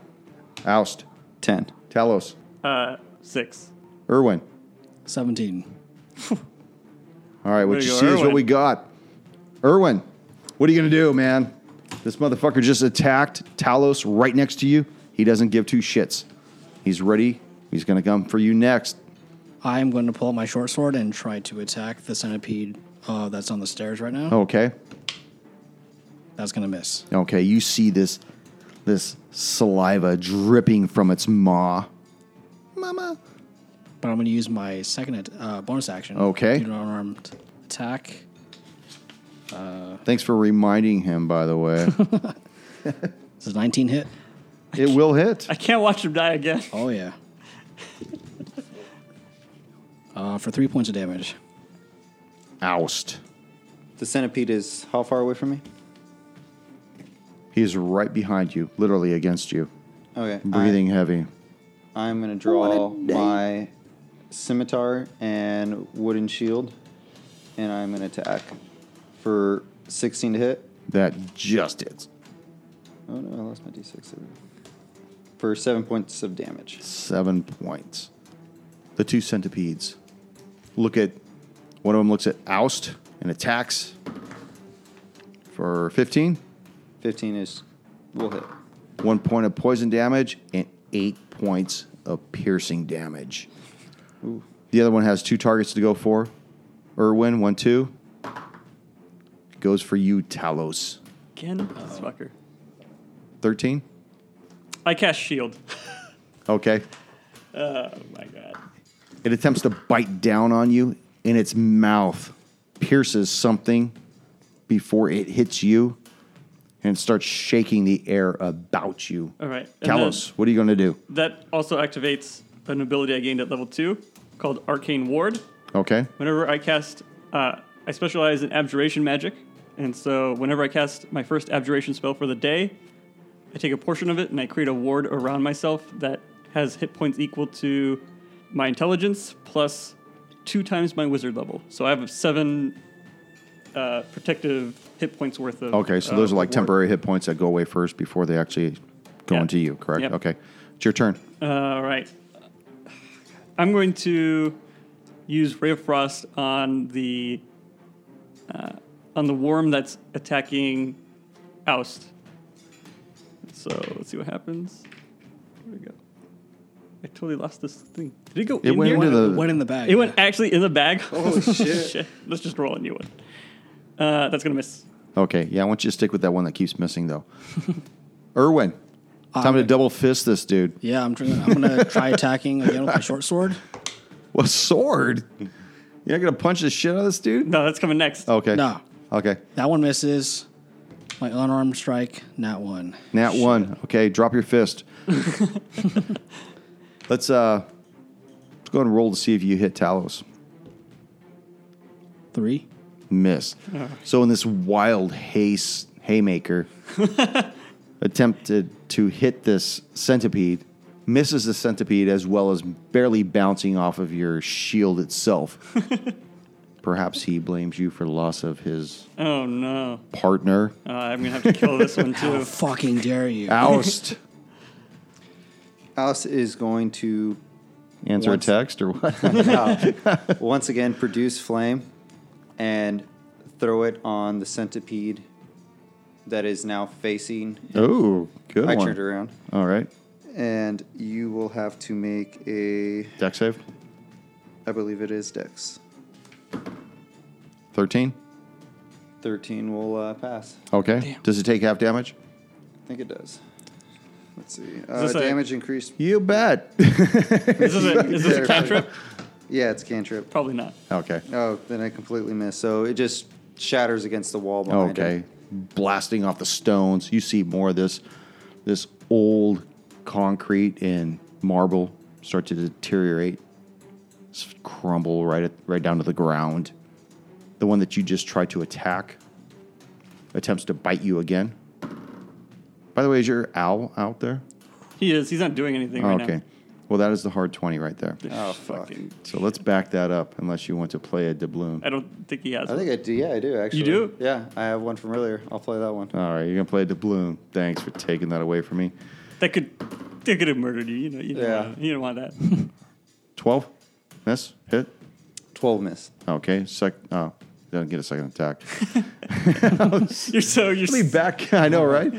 [SPEAKER 1] Oust,
[SPEAKER 4] 10.
[SPEAKER 1] Talos,
[SPEAKER 2] Uh, six.
[SPEAKER 1] Irwin.
[SPEAKER 3] 17.
[SPEAKER 1] All right, what
[SPEAKER 2] There
[SPEAKER 1] you
[SPEAKER 2] you go,
[SPEAKER 1] see is what
[SPEAKER 2] Irwin.
[SPEAKER 1] we got. Irwin, what are you going to do, man? This motherfucker just attacked Talos right next to you. He doesn't give two shits. He's ready. He's going to come for you next.
[SPEAKER 3] I am going to pull out my short sword and try to attack the centipede uh, that's on the stairs right now.
[SPEAKER 1] Okay.
[SPEAKER 3] That's going to miss.
[SPEAKER 1] Okay, you see this this saliva dripping from its maw. Mama.
[SPEAKER 3] But I'm going to use my second at- uh, bonus action.
[SPEAKER 1] Okay.
[SPEAKER 3] Do an unarmed attack.
[SPEAKER 1] Thanks for reminding him, by the way.
[SPEAKER 3] This is 19 hit.
[SPEAKER 1] it will hit.
[SPEAKER 2] I can't watch him die again.
[SPEAKER 3] Oh, yeah. uh, for three points of damage.
[SPEAKER 1] Oust.
[SPEAKER 4] The centipede is how far away from me?
[SPEAKER 1] He is right behind you, literally against you,
[SPEAKER 4] Okay.
[SPEAKER 1] breathing heavy.
[SPEAKER 4] I, I'm going to draw my scimitar and wooden shield, and I'm going to attack for 16 to hit.
[SPEAKER 1] That just hits.
[SPEAKER 4] Oh no, I lost my d6. over here. For 7 points of damage.
[SPEAKER 1] Seven points. The two centipedes look at one of them looks at oust and attacks for 15.
[SPEAKER 4] 15 is will hit.
[SPEAKER 1] One point of poison damage and eight points of piercing damage. The other one has two targets to go for. Irwin, one, two. Goes for you, Talos.
[SPEAKER 2] Again, this fucker.
[SPEAKER 1] 13.
[SPEAKER 2] I cast shield.
[SPEAKER 1] Okay.
[SPEAKER 2] oh my god.
[SPEAKER 1] It attempts to bite down on you, and its mouth pierces something before it hits you, and it starts shaking the air about you.
[SPEAKER 2] All right. and then
[SPEAKER 1] Kalos, what are you going to do?
[SPEAKER 2] That also activates an ability I gained at level two called Arcane Ward.
[SPEAKER 1] Okay.
[SPEAKER 2] Whenever I cast, uh, I specialize in abjuration magic, and so whenever I cast my first abjuration spell for the day, I take a portion of it and I create a ward around myself that has hit points equal to my intelligence plus two times my wizard level. So I have seven uh, protective hit points worth of.
[SPEAKER 1] Okay, so
[SPEAKER 2] uh,
[SPEAKER 1] those are like
[SPEAKER 2] ward.
[SPEAKER 1] temporary hit points that go away first before they actually go
[SPEAKER 2] Yeah.
[SPEAKER 1] into you, correct?
[SPEAKER 2] Yep.
[SPEAKER 1] Okay. It's your turn.
[SPEAKER 2] All right. I'm going to use Ray of Frost on the uh, on the worm that's attacking Oust. So let's see what happens. Where we go? I totally lost this thing. Did it go
[SPEAKER 1] It
[SPEAKER 2] in
[SPEAKER 1] went
[SPEAKER 2] here?
[SPEAKER 1] into the-
[SPEAKER 3] Went in the bag.
[SPEAKER 2] It went actually in the bag.
[SPEAKER 4] Oh, shit.
[SPEAKER 2] Let's just roll a new one. Uh, that's gonna miss.
[SPEAKER 1] Okay, yeah, I want you to stick with that one that keeps missing, though. Irwin, time to
[SPEAKER 3] gonna-
[SPEAKER 1] double fist this dude.
[SPEAKER 3] Yeah, I'm trying. I'm gonna try attacking again with my short sword.
[SPEAKER 1] What sword? You're not going to punch the shit out of this dude?
[SPEAKER 2] No, that's coming next.
[SPEAKER 1] Okay.
[SPEAKER 3] No.
[SPEAKER 1] Okay.
[SPEAKER 3] That one misses. My unarmed strike, not one.
[SPEAKER 1] Nat one. Okay, drop your fist. let's uh let's go ahead and roll to see if you hit Talos.
[SPEAKER 3] Three.
[SPEAKER 1] Miss. So in this wild haste haymaker attempted to hit this centipede, misses the centipede as well as barely bouncing off of your shield itself. Perhaps he blames you for loss of his
[SPEAKER 2] Oh no,
[SPEAKER 1] partner.
[SPEAKER 2] uh, I'm gonna have to kill this one
[SPEAKER 3] How
[SPEAKER 2] too.
[SPEAKER 3] fucking dare you?
[SPEAKER 1] Oust.
[SPEAKER 4] Alice is going to
[SPEAKER 1] Answer
[SPEAKER 4] Once-
[SPEAKER 1] a text or what?
[SPEAKER 4] once again produce flame and throw it on the centipede that is now facing.
[SPEAKER 1] oh, good
[SPEAKER 4] I
[SPEAKER 1] one.
[SPEAKER 4] turned around.
[SPEAKER 1] All right.
[SPEAKER 4] And you will have to make a,
[SPEAKER 1] Deck save.
[SPEAKER 4] I believe it is Dex.
[SPEAKER 1] 13.
[SPEAKER 4] 13 will uh, pass.
[SPEAKER 1] Okay.
[SPEAKER 2] Damn.
[SPEAKER 1] Does it take half damage?
[SPEAKER 4] I think it does. Let's see. Uh,
[SPEAKER 2] this a-
[SPEAKER 4] damage increased.
[SPEAKER 1] You bet.
[SPEAKER 2] Is this a, is this a cantrip?
[SPEAKER 4] Yeah, it's cantrip.
[SPEAKER 2] Probably not.
[SPEAKER 1] okay.
[SPEAKER 4] Oh, then I completely missed. So it just shatters against the wall behind
[SPEAKER 1] Okay.
[SPEAKER 4] him.
[SPEAKER 1] Blasting off the stones. You see more of this this old concrete and marble start to deteriorate. s- Crumble right at, right down to the ground. The one that you just tried to attack attempts to bite you again. By the way, is your owl out there?
[SPEAKER 2] He is. He's not doing anything right
[SPEAKER 1] okay.
[SPEAKER 2] now.
[SPEAKER 1] Well, that is the hard 20 right there.
[SPEAKER 2] Oh fucking!
[SPEAKER 1] So let's back that up unless you want to play a doubloon.
[SPEAKER 2] I don't think he has.
[SPEAKER 4] I
[SPEAKER 2] one.
[SPEAKER 4] think I do. Yeah, I do actually.
[SPEAKER 2] do?
[SPEAKER 4] Yeah, I have one from earlier. I'll play that one.
[SPEAKER 1] All right, you're gonna play a doubloon. Thanks for taking that away from me.
[SPEAKER 2] that could that could have murdered you. You know, you don't,
[SPEAKER 4] Yeah.
[SPEAKER 2] want, you don't want that.
[SPEAKER 1] Twelve, miss, hit.
[SPEAKER 4] 12 miss.
[SPEAKER 1] Okay, sec. Oh, don't get a second attack.
[SPEAKER 2] you're so you're.
[SPEAKER 1] Be
[SPEAKER 2] s-
[SPEAKER 1] back. I know, right?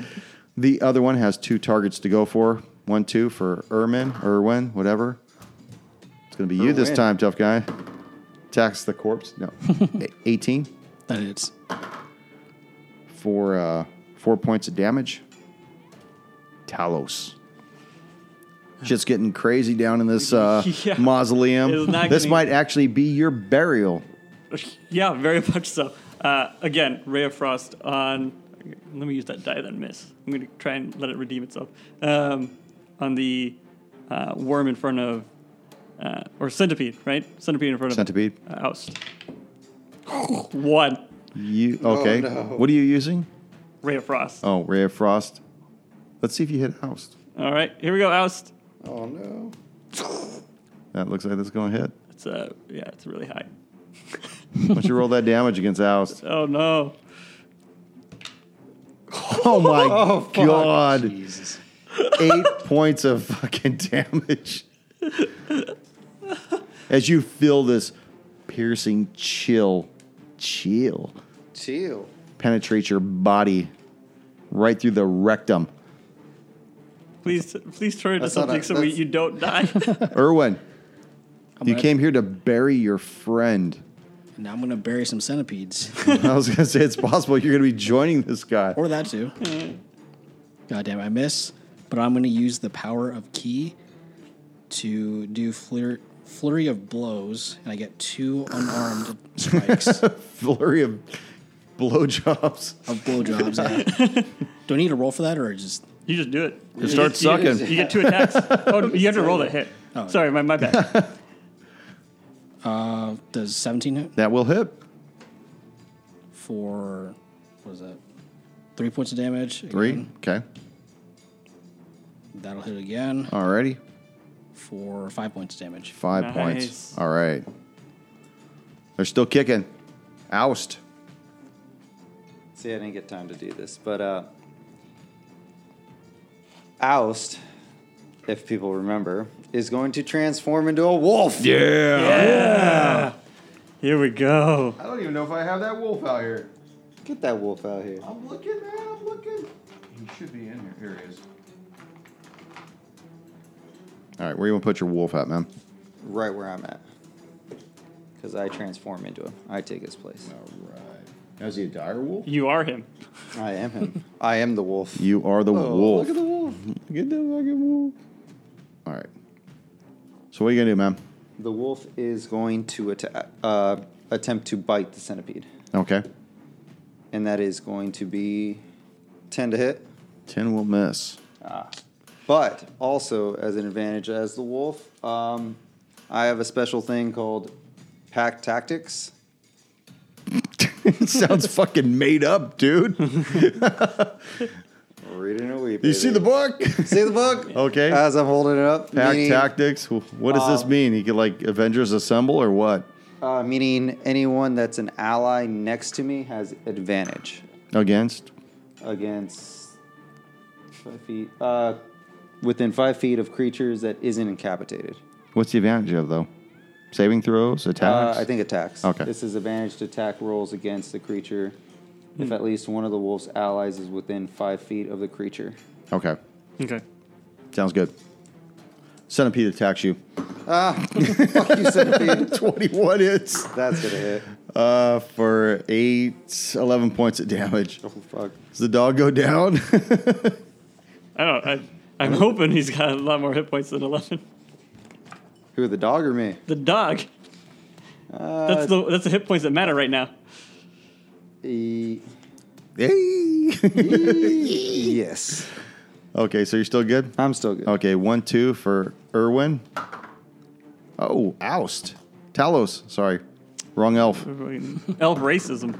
[SPEAKER 1] The other one has two targets to go for. One, two for Ermin, Irwin, whatever. It's gonna be you this
[SPEAKER 4] Irwin.
[SPEAKER 1] time, tough guy. Attacks the corpse. No, A- eighteen
[SPEAKER 3] That hits.
[SPEAKER 1] for uh, four points of damage. Talos. Shit's getting crazy down in this uh,
[SPEAKER 2] Yeah.
[SPEAKER 1] mausoleum.
[SPEAKER 2] It's not
[SPEAKER 1] This
[SPEAKER 2] gonna-
[SPEAKER 1] might actually be your burial.
[SPEAKER 2] Yeah, very much so. Uh, again, ray of frost on. Let me use that die then miss. I'm gonna try and let it redeem itself. Um, on the uh, worm in front of, uh, or centipede, right? Centipede in front of
[SPEAKER 1] Centipede.
[SPEAKER 2] Uh, oust. One
[SPEAKER 1] You okay?
[SPEAKER 4] no.
[SPEAKER 1] What are you using?
[SPEAKER 2] ray of frost.
[SPEAKER 1] Oh, ray of frost. Let's see if you hit Oust.
[SPEAKER 2] All right, here we go. Oust.
[SPEAKER 4] Oh no.
[SPEAKER 1] That looks like that's going to hit.
[SPEAKER 2] It's uh, yeah, it's really high.
[SPEAKER 1] Why don't you roll that damage against Oust?
[SPEAKER 2] Oh no.
[SPEAKER 1] Oh my god!
[SPEAKER 3] Jesus.
[SPEAKER 1] Eight points of fucking damage. As you feel this piercing chill, chill
[SPEAKER 4] Chill.
[SPEAKER 1] penetrates your body right through the rectum.
[SPEAKER 2] Please, please turn it to
[SPEAKER 4] That's not
[SPEAKER 2] something
[SPEAKER 4] a-
[SPEAKER 2] so we,
[SPEAKER 4] that's-
[SPEAKER 2] you don't die.
[SPEAKER 1] Erwin, you
[SPEAKER 3] gonna-
[SPEAKER 1] came here to bury your friend.
[SPEAKER 3] Now I'm gonna bury some centipedes,
[SPEAKER 1] I was going to say it's possible you're going to be joining this guy.
[SPEAKER 3] or that too. God damn, it, I miss. But I'm gonna use the power of key to do flur- flurry of blows, and I get two unarmed strikes of
[SPEAKER 1] Flurry of blowjobs.
[SPEAKER 3] blowjobs. Yeah. Do I need to roll for that, or just
[SPEAKER 2] you just do it. You
[SPEAKER 1] start
[SPEAKER 2] get-
[SPEAKER 1] sucking.
[SPEAKER 2] You get, you get two attacks. Oh, you have to roll that hit.
[SPEAKER 4] Oh.
[SPEAKER 2] Sorry, my, my bad.
[SPEAKER 3] does 17 hit
[SPEAKER 1] That will hit.
[SPEAKER 3] for what is that? Three points of damage.
[SPEAKER 1] Three.
[SPEAKER 3] again.
[SPEAKER 1] Okay.
[SPEAKER 3] That'll hit again
[SPEAKER 1] Alrighty.
[SPEAKER 3] for five points of damage.
[SPEAKER 1] Five
[SPEAKER 2] Nice.
[SPEAKER 1] points. All right. They're still kicking. Oust.
[SPEAKER 4] See, I didn't get time to do this, but uh, Oust, if people remember, is going to transform into a wolf.
[SPEAKER 2] Here we go.
[SPEAKER 1] I don't even know if I have that wolf out here.
[SPEAKER 4] Get that wolf out here.
[SPEAKER 1] I'm looking, man. I'm looking. He should be in here. Here he is. All right, where you want to put your wolf at, man?
[SPEAKER 4] Right where I'm at. Because I transform into him. I take his place.
[SPEAKER 1] All right. Now, is he a dire wolf?
[SPEAKER 2] You are him.
[SPEAKER 4] I am him. I am the wolf.
[SPEAKER 1] You are Oh, the wolf.
[SPEAKER 4] Look at the wolf.
[SPEAKER 1] Get the fucking wolf. All right. So, what are you going to do, man?
[SPEAKER 4] The wolf is going to atta- uh, attempt to bite the centipede.
[SPEAKER 1] Okay.
[SPEAKER 4] And that is going to be 10 to hit.
[SPEAKER 1] 10 will miss.
[SPEAKER 4] But also, as an advantage as the wolf, um, I have a special thing called pack tactics.
[SPEAKER 1] Sounds fucking made up, dude.
[SPEAKER 4] Reading a weep.
[SPEAKER 1] You see the book?
[SPEAKER 4] See the book?
[SPEAKER 1] Okay.
[SPEAKER 4] As I'm holding it up.
[SPEAKER 1] Pack
[SPEAKER 4] meaning-
[SPEAKER 1] tactics. What does this mean? You could like Avengers assemble or what?
[SPEAKER 4] Uh, meaning anyone that's an ally next to me has advantage
[SPEAKER 1] Against?
[SPEAKER 4] against five feet uh, within five feet of creatures that isn't incapacitated.
[SPEAKER 1] What's the advantage of though? Saving throws,
[SPEAKER 4] Uh,
[SPEAKER 1] attacks.
[SPEAKER 4] I think attacks.
[SPEAKER 1] Okay.
[SPEAKER 4] This is advantage to attack rolls against the creature if at least one of the wolf's allies is within five feet of the creature.
[SPEAKER 1] Okay,
[SPEAKER 2] Okay.
[SPEAKER 1] sounds good. Centipede attacks you.
[SPEAKER 4] Fuck you, centipede.
[SPEAKER 1] Twenty-one hits
[SPEAKER 4] That's gonna hit.
[SPEAKER 1] uh, for eight, 11 points of damage.
[SPEAKER 4] Oh fuck.
[SPEAKER 1] Does the dog go down?
[SPEAKER 2] I don't. I, I'm hoping he's got a lot more hit points than 11.
[SPEAKER 4] Who the dog or me?
[SPEAKER 2] The dog.
[SPEAKER 4] Uh,
[SPEAKER 2] that's the that's the hit points that matter right now.
[SPEAKER 4] E-
[SPEAKER 1] Hey.
[SPEAKER 4] yes.
[SPEAKER 1] okay, so you're still good.
[SPEAKER 4] I'm still good.
[SPEAKER 1] Okay, one, two for Irwin. Oh, oust. Talos. Sorry, wrong elf.
[SPEAKER 2] Elf racism.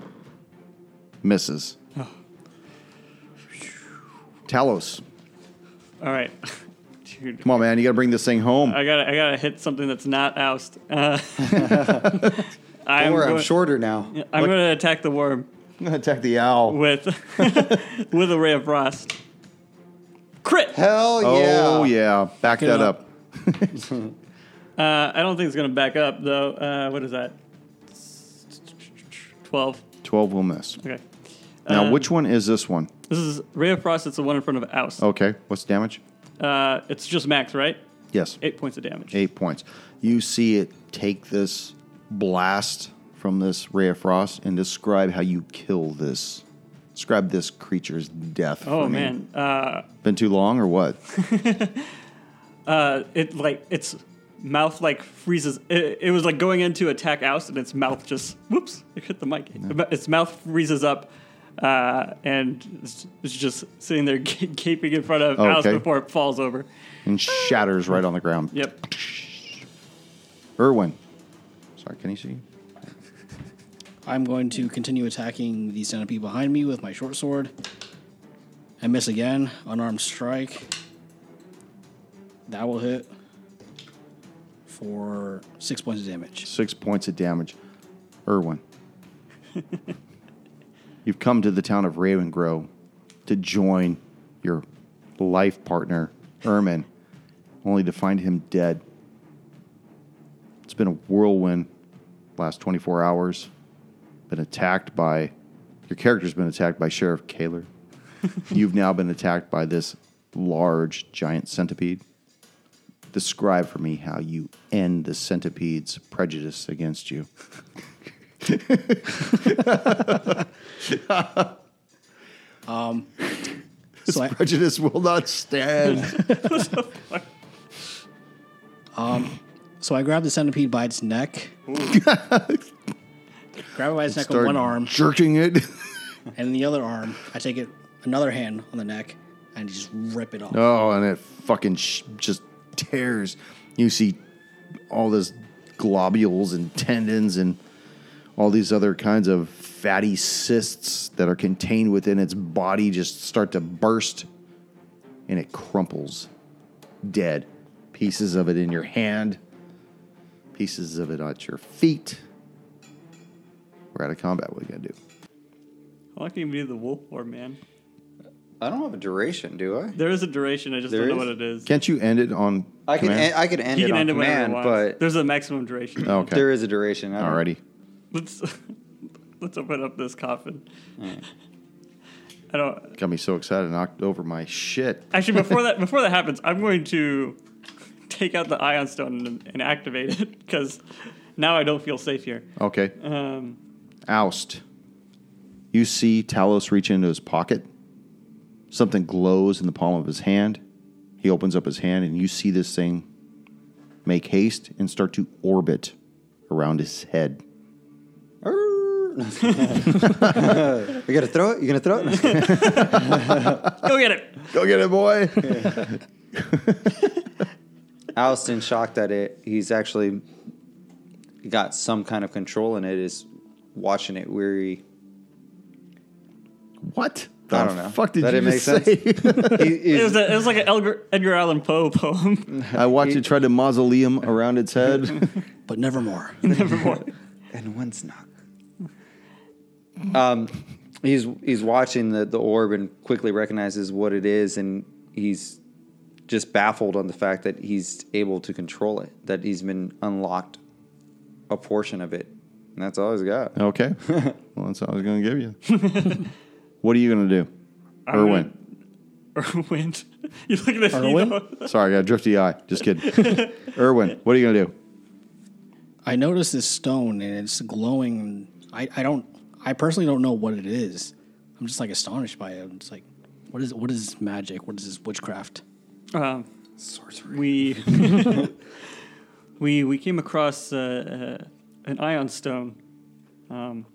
[SPEAKER 1] Misses. Talos.
[SPEAKER 2] All right, dude.
[SPEAKER 1] Come on, man. You got to bring this thing home.
[SPEAKER 2] I gotta I gotta hit something that's not oust. Uh, I'm,
[SPEAKER 4] Don't worry, I'm
[SPEAKER 2] going,
[SPEAKER 4] shorter now.
[SPEAKER 2] I'm gonna attack the worm
[SPEAKER 1] I'm gonna attack the owl.
[SPEAKER 2] with with a ray of frost. Crit.
[SPEAKER 4] Hell yeah.
[SPEAKER 1] Oh yeah, back
[SPEAKER 2] it
[SPEAKER 1] that
[SPEAKER 2] up.
[SPEAKER 1] up.
[SPEAKER 2] Uh, I don't think it's gonna back up though. Uh, what is that? Twelve.
[SPEAKER 1] Twelve will miss.
[SPEAKER 2] Okay.
[SPEAKER 1] Now,
[SPEAKER 2] Um,
[SPEAKER 1] which one is this one?
[SPEAKER 2] This is ray of frost. It's the one in front of oust.
[SPEAKER 1] Okay, what's the damage?
[SPEAKER 2] Uh, it's just max, right?
[SPEAKER 1] Yes,
[SPEAKER 2] Eight points of damage.
[SPEAKER 1] Oh. eight points. You see it take this blast from this ray of frost and describe how you kill this. Describe this creature's death.
[SPEAKER 2] Oh
[SPEAKER 1] for me.
[SPEAKER 2] man. Uh,
[SPEAKER 1] been too long or what?
[SPEAKER 2] uh, it like its mouth like freezes. It, it was like going in to attack Oust, and its mouth just whoops, it hit the mic. Its mouth freezes up, uh, and it's, it's just sitting there ga- gaping in front of Oust
[SPEAKER 1] Oh, Okay.
[SPEAKER 2] before it falls over.
[SPEAKER 1] And shatters right on the ground.
[SPEAKER 2] Yep.
[SPEAKER 1] Irwin, sorry, can you see?
[SPEAKER 3] I'm going to continue attacking the centipede behind me with my short sword. I miss again. Unarmed strike. That will hit for six points of damage.
[SPEAKER 1] Six points of damage. Irwin. You've come to the town of Raven Grove to join your life partner, Ermin, only to find him dead. It's been a whirlwind last 24 hours. Been attacked by Your character's been attacked by Sheriff Kaler. You've now been attacked by this large, giant centipede. Describe for me how you end the centipede's prejudice against you.
[SPEAKER 3] So I,
[SPEAKER 1] Prejudice will not stand.
[SPEAKER 3] so I grab the centipede by its neck. grab it by its neck with
[SPEAKER 1] Start
[SPEAKER 3] one arm,
[SPEAKER 1] jerking it.
[SPEAKER 3] and the other arm, I take it another hand on the neck and just rip it off.
[SPEAKER 1] Oh, and it fucking sh- just tears. You see all this globules and tendons and all these other kinds of fatty cysts that are contained within its body just start to burst and it crumples dead. Pieces of it in your hand, pieces of it at your feet. We're out of combat. What are you going to do?
[SPEAKER 2] I like to be the wolf war man.
[SPEAKER 4] I don't have a duration, do I?
[SPEAKER 2] There is a duration. I just
[SPEAKER 4] There
[SPEAKER 2] don't know
[SPEAKER 4] is?
[SPEAKER 2] what it is.
[SPEAKER 1] Can't you end it on.
[SPEAKER 4] I can
[SPEAKER 1] command? Oh,
[SPEAKER 4] end, I can end
[SPEAKER 2] You
[SPEAKER 4] it
[SPEAKER 2] can
[SPEAKER 4] on
[SPEAKER 2] end it whenever
[SPEAKER 4] command,
[SPEAKER 2] you want.
[SPEAKER 4] but Oh.
[SPEAKER 2] There's a maximum duration.
[SPEAKER 1] Okay.
[SPEAKER 4] there is a duration. I don't-
[SPEAKER 1] Alrighty.
[SPEAKER 2] Let's let's open up this coffin. I don't.
[SPEAKER 1] Got me so excited, knocked over my shit.
[SPEAKER 2] Actually, before that before that happens, I'm going to take out the ion stone and, and activate it because now I don't feel safe here.
[SPEAKER 1] Okay.
[SPEAKER 2] Um,
[SPEAKER 1] Oust. You see Talos reach into his pocket. Something glows in the palm of his hand. He opens up his hand, and you see this thing make haste and start to orbit around his head.
[SPEAKER 4] Arr. you gotta throw it. You gonna throw it?
[SPEAKER 2] go get it.
[SPEAKER 1] Go get it, boy!
[SPEAKER 4] Alston shocked at it. He's actually got some kind of control in it. Is watching it weary.
[SPEAKER 1] what? The
[SPEAKER 4] I don't know.
[SPEAKER 1] Fuck did
[SPEAKER 4] That
[SPEAKER 1] you
[SPEAKER 4] didn't
[SPEAKER 1] just
[SPEAKER 4] make
[SPEAKER 1] say?
[SPEAKER 4] He-
[SPEAKER 2] It
[SPEAKER 4] he's-
[SPEAKER 2] was, a, it was like an Edgar, Edgar Allan Poe poem.
[SPEAKER 1] I watched it try to mausoleum around its head.
[SPEAKER 3] But nevermore.
[SPEAKER 2] Nevermore.
[SPEAKER 4] and one snuck. Um, he's he's watching the the orb and quickly recognizes what it is, and he's just baffled on the fact that he's able to control it. That he's been unlocked a portion of it, and that's all he's got.
[SPEAKER 1] okay. Well, that's all I was going to give you. what are you going to do?
[SPEAKER 2] I'm gonna-
[SPEAKER 1] Erwin.
[SPEAKER 2] Erwin. You look at this.
[SPEAKER 3] Erwin?
[SPEAKER 1] Sorry, I got a drifty eye. Just kidding. Erwin, what are you going to do?
[SPEAKER 3] I notice this stone and it's glowing. and I, I don't. I personally don't know what it is. I'm just like astonished by it. I'm just like, what is what is magic? What is this witchcraft?
[SPEAKER 2] Um, We we we came across uh, uh, an ion stone, um,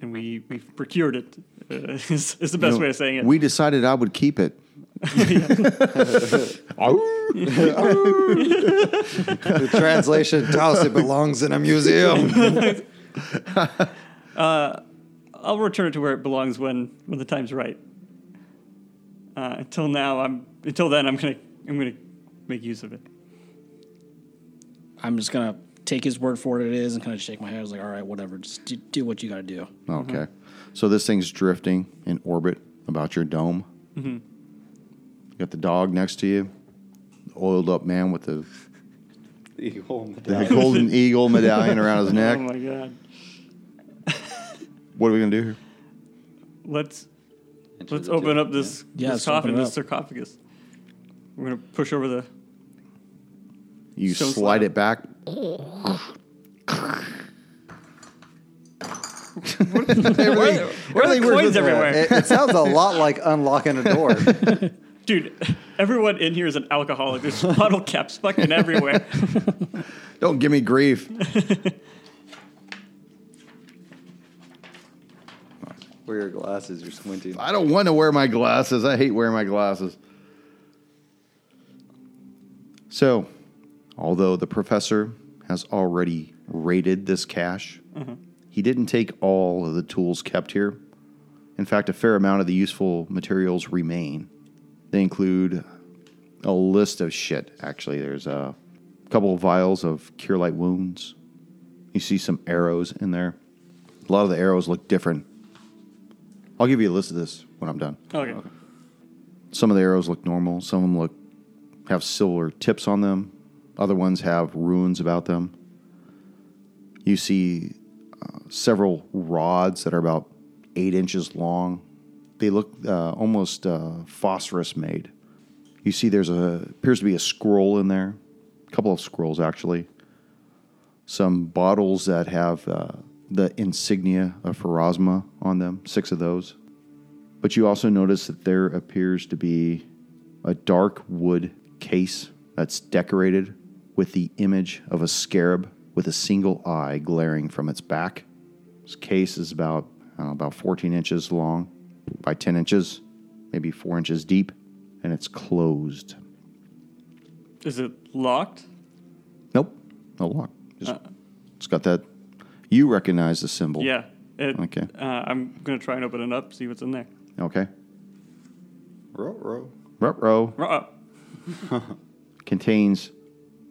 [SPEAKER 2] and we we procured it. Uh, is, is the best
[SPEAKER 1] know,
[SPEAKER 2] way of saying it.
[SPEAKER 1] We decided I would keep it. Ow.
[SPEAKER 4] The translation tells it belongs in a museum.
[SPEAKER 2] I'll return it to where it belongs when when the time's right. Uh, until now, I'm until then I'm gonna I'm gonna make use of it.
[SPEAKER 3] I'm just gonna take his word for what it is and kind of shake my head. I was like, all right, whatever. Just do, do what you gotta do.
[SPEAKER 2] Mm-hmm.
[SPEAKER 1] okay. So this thing's drifting in orbit about your dome.
[SPEAKER 2] Mm-hmm.
[SPEAKER 1] You got the dog next to you, the oiled up man with the, the golden eagle medallion around his
[SPEAKER 2] Oh
[SPEAKER 1] neck.
[SPEAKER 2] my god!
[SPEAKER 1] What are we going to do here?
[SPEAKER 2] Let's let's open up this,
[SPEAKER 3] Yeah,
[SPEAKER 2] this
[SPEAKER 3] let's open
[SPEAKER 2] coffin,
[SPEAKER 3] it
[SPEAKER 2] this
[SPEAKER 3] up.
[SPEAKER 2] sarcophagus. We're gonna push over the
[SPEAKER 1] You
[SPEAKER 2] So
[SPEAKER 1] slide
[SPEAKER 2] slap.
[SPEAKER 1] it back.
[SPEAKER 2] Where, where are the coins everywhere?
[SPEAKER 4] It, it sounds a lot like unlocking a door.
[SPEAKER 2] Dude, everyone in here is an alcoholic. There's bottle caps fucking everywhere.
[SPEAKER 1] Don't give me grief.
[SPEAKER 4] Wear your glasses. You're squinting.
[SPEAKER 1] I don't want to wear my glasses. I hate wearing my glasses. So, although the professor has already raided this cache, he didn't take all of the tools kept here. In fact, a fair amount of the useful materials remain. They include a list of shit, actually. There's a couple of vials of cure light wounds. You see some arrows in there. A lot of the arrows look different. I'll give you a list of this when I'm done.
[SPEAKER 2] Okay.
[SPEAKER 1] Some of the arrows look normal. Some of them look have silver tips on them. Other ones have runes about them. You see uh, several rods that are about eight inches long. They look uh, almost uh, phosphorus made. You see, there's a appears to be a scroll in there, a couple of scrolls actually. Some bottles that have uh, the insignia of Pharasma on them, six of those. But you also notice that there appears to be a dark wood case that's decorated with the image of a scarab with a single eye glaring from its back. This case is about I don't know, about 14 inches long by 10 inches, maybe four inches deep, and it's closed.
[SPEAKER 2] Is it locked?
[SPEAKER 1] Nope, no lock. Just, it's got that. You recognize the symbol.
[SPEAKER 2] Yeah. It,
[SPEAKER 1] Okay.
[SPEAKER 2] Uh, I'm gonna try and open it up, see what's in there.
[SPEAKER 1] Okay.
[SPEAKER 4] Row, row.
[SPEAKER 1] Ruh-roh.
[SPEAKER 2] Ruh-uh.
[SPEAKER 1] contains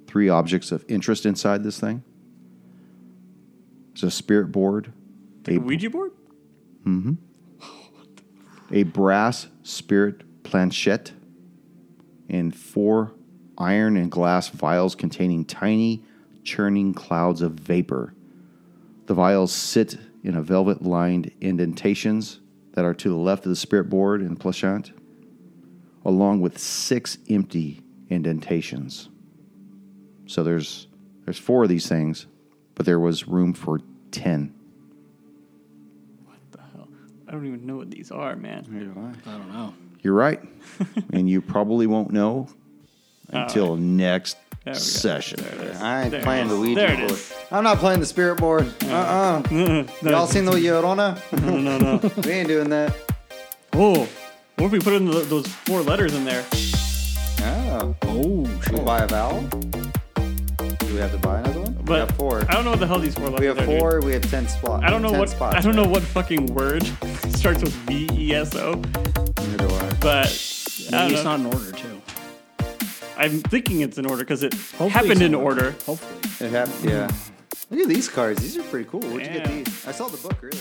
[SPEAKER 1] three objects of interest inside this thing. There's a spirit board,
[SPEAKER 2] Like
[SPEAKER 1] a,
[SPEAKER 2] a Ouija board?
[SPEAKER 1] a brass spirit planchette, and four iron and glass vials containing tiny, churning clouds of vapor. The vials sit in a velvet lined indentations that are to the left of the spirit board and planchette, along with six empty indentations. So there's there's four of these things, but there was room for ten.
[SPEAKER 2] the hell? I don't even know what these are, man.
[SPEAKER 3] I don't know.
[SPEAKER 1] You're right. and you probably won't know until next
[SPEAKER 2] Uh, There we go.
[SPEAKER 1] session.
[SPEAKER 4] I ain't
[SPEAKER 2] There it
[SPEAKER 4] playing
[SPEAKER 2] is.
[SPEAKER 4] the Ouija
[SPEAKER 2] There it
[SPEAKER 4] board.
[SPEAKER 2] is.
[SPEAKER 4] I'm not playing the spirit board. Uh uh Y'all seen the Llorona?
[SPEAKER 2] No, no, no.
[SPEAKER 4] we ain't doing that.
[SPEAKER 2] oh, what if we put in tho- those four letters in there?
[SPEAKER 4] Oh.
[SPEAKER 3] Oh,
[SPEAKER 4] We
[SPEAKER 3] sure.
[SPEAKER 4] buy a vowel? Do we have to buy another one? we
[SPEAKER 2] But
[SPEAKER 4] have four.
[SPEAKER 2] I don't know what the hell these four letters
[SPEAKER 4] We have
[SPEAKER 2] are. dude.
[SPEAKER 4] four. We have ten spots.
[SPEAKER 2] I don't know
[SPEAKER 4] ten
[SPEAKER 2] what
[SPEAKER 4] Spots,
[SPEAKER 2] I don't know
[SPEAKER 4] right?
[SPEAKER 2] what fucking word starts with V E S O,
[SPEAKER 4] Neither do I.
[SPEAKER 2] but I
[SPEAKER 3] Maybe
[SPEAKER 2] don't know.
[SPEAKER 3] it's not in order too.
[SPEAKER 2] I'm thinking it's in order because it
[SPEAKER 3] Hopefully it's
[SPEAKER 2] happened in order.
[SPEAKER 3] Hopefully.
[SPEAKER 4] It happened. Yeah. Look at these cards. These are pretty cool. Where'd you
[SPEAKER 2] Yeah.
[SPEAKER 4] get these? I saw the book earlier.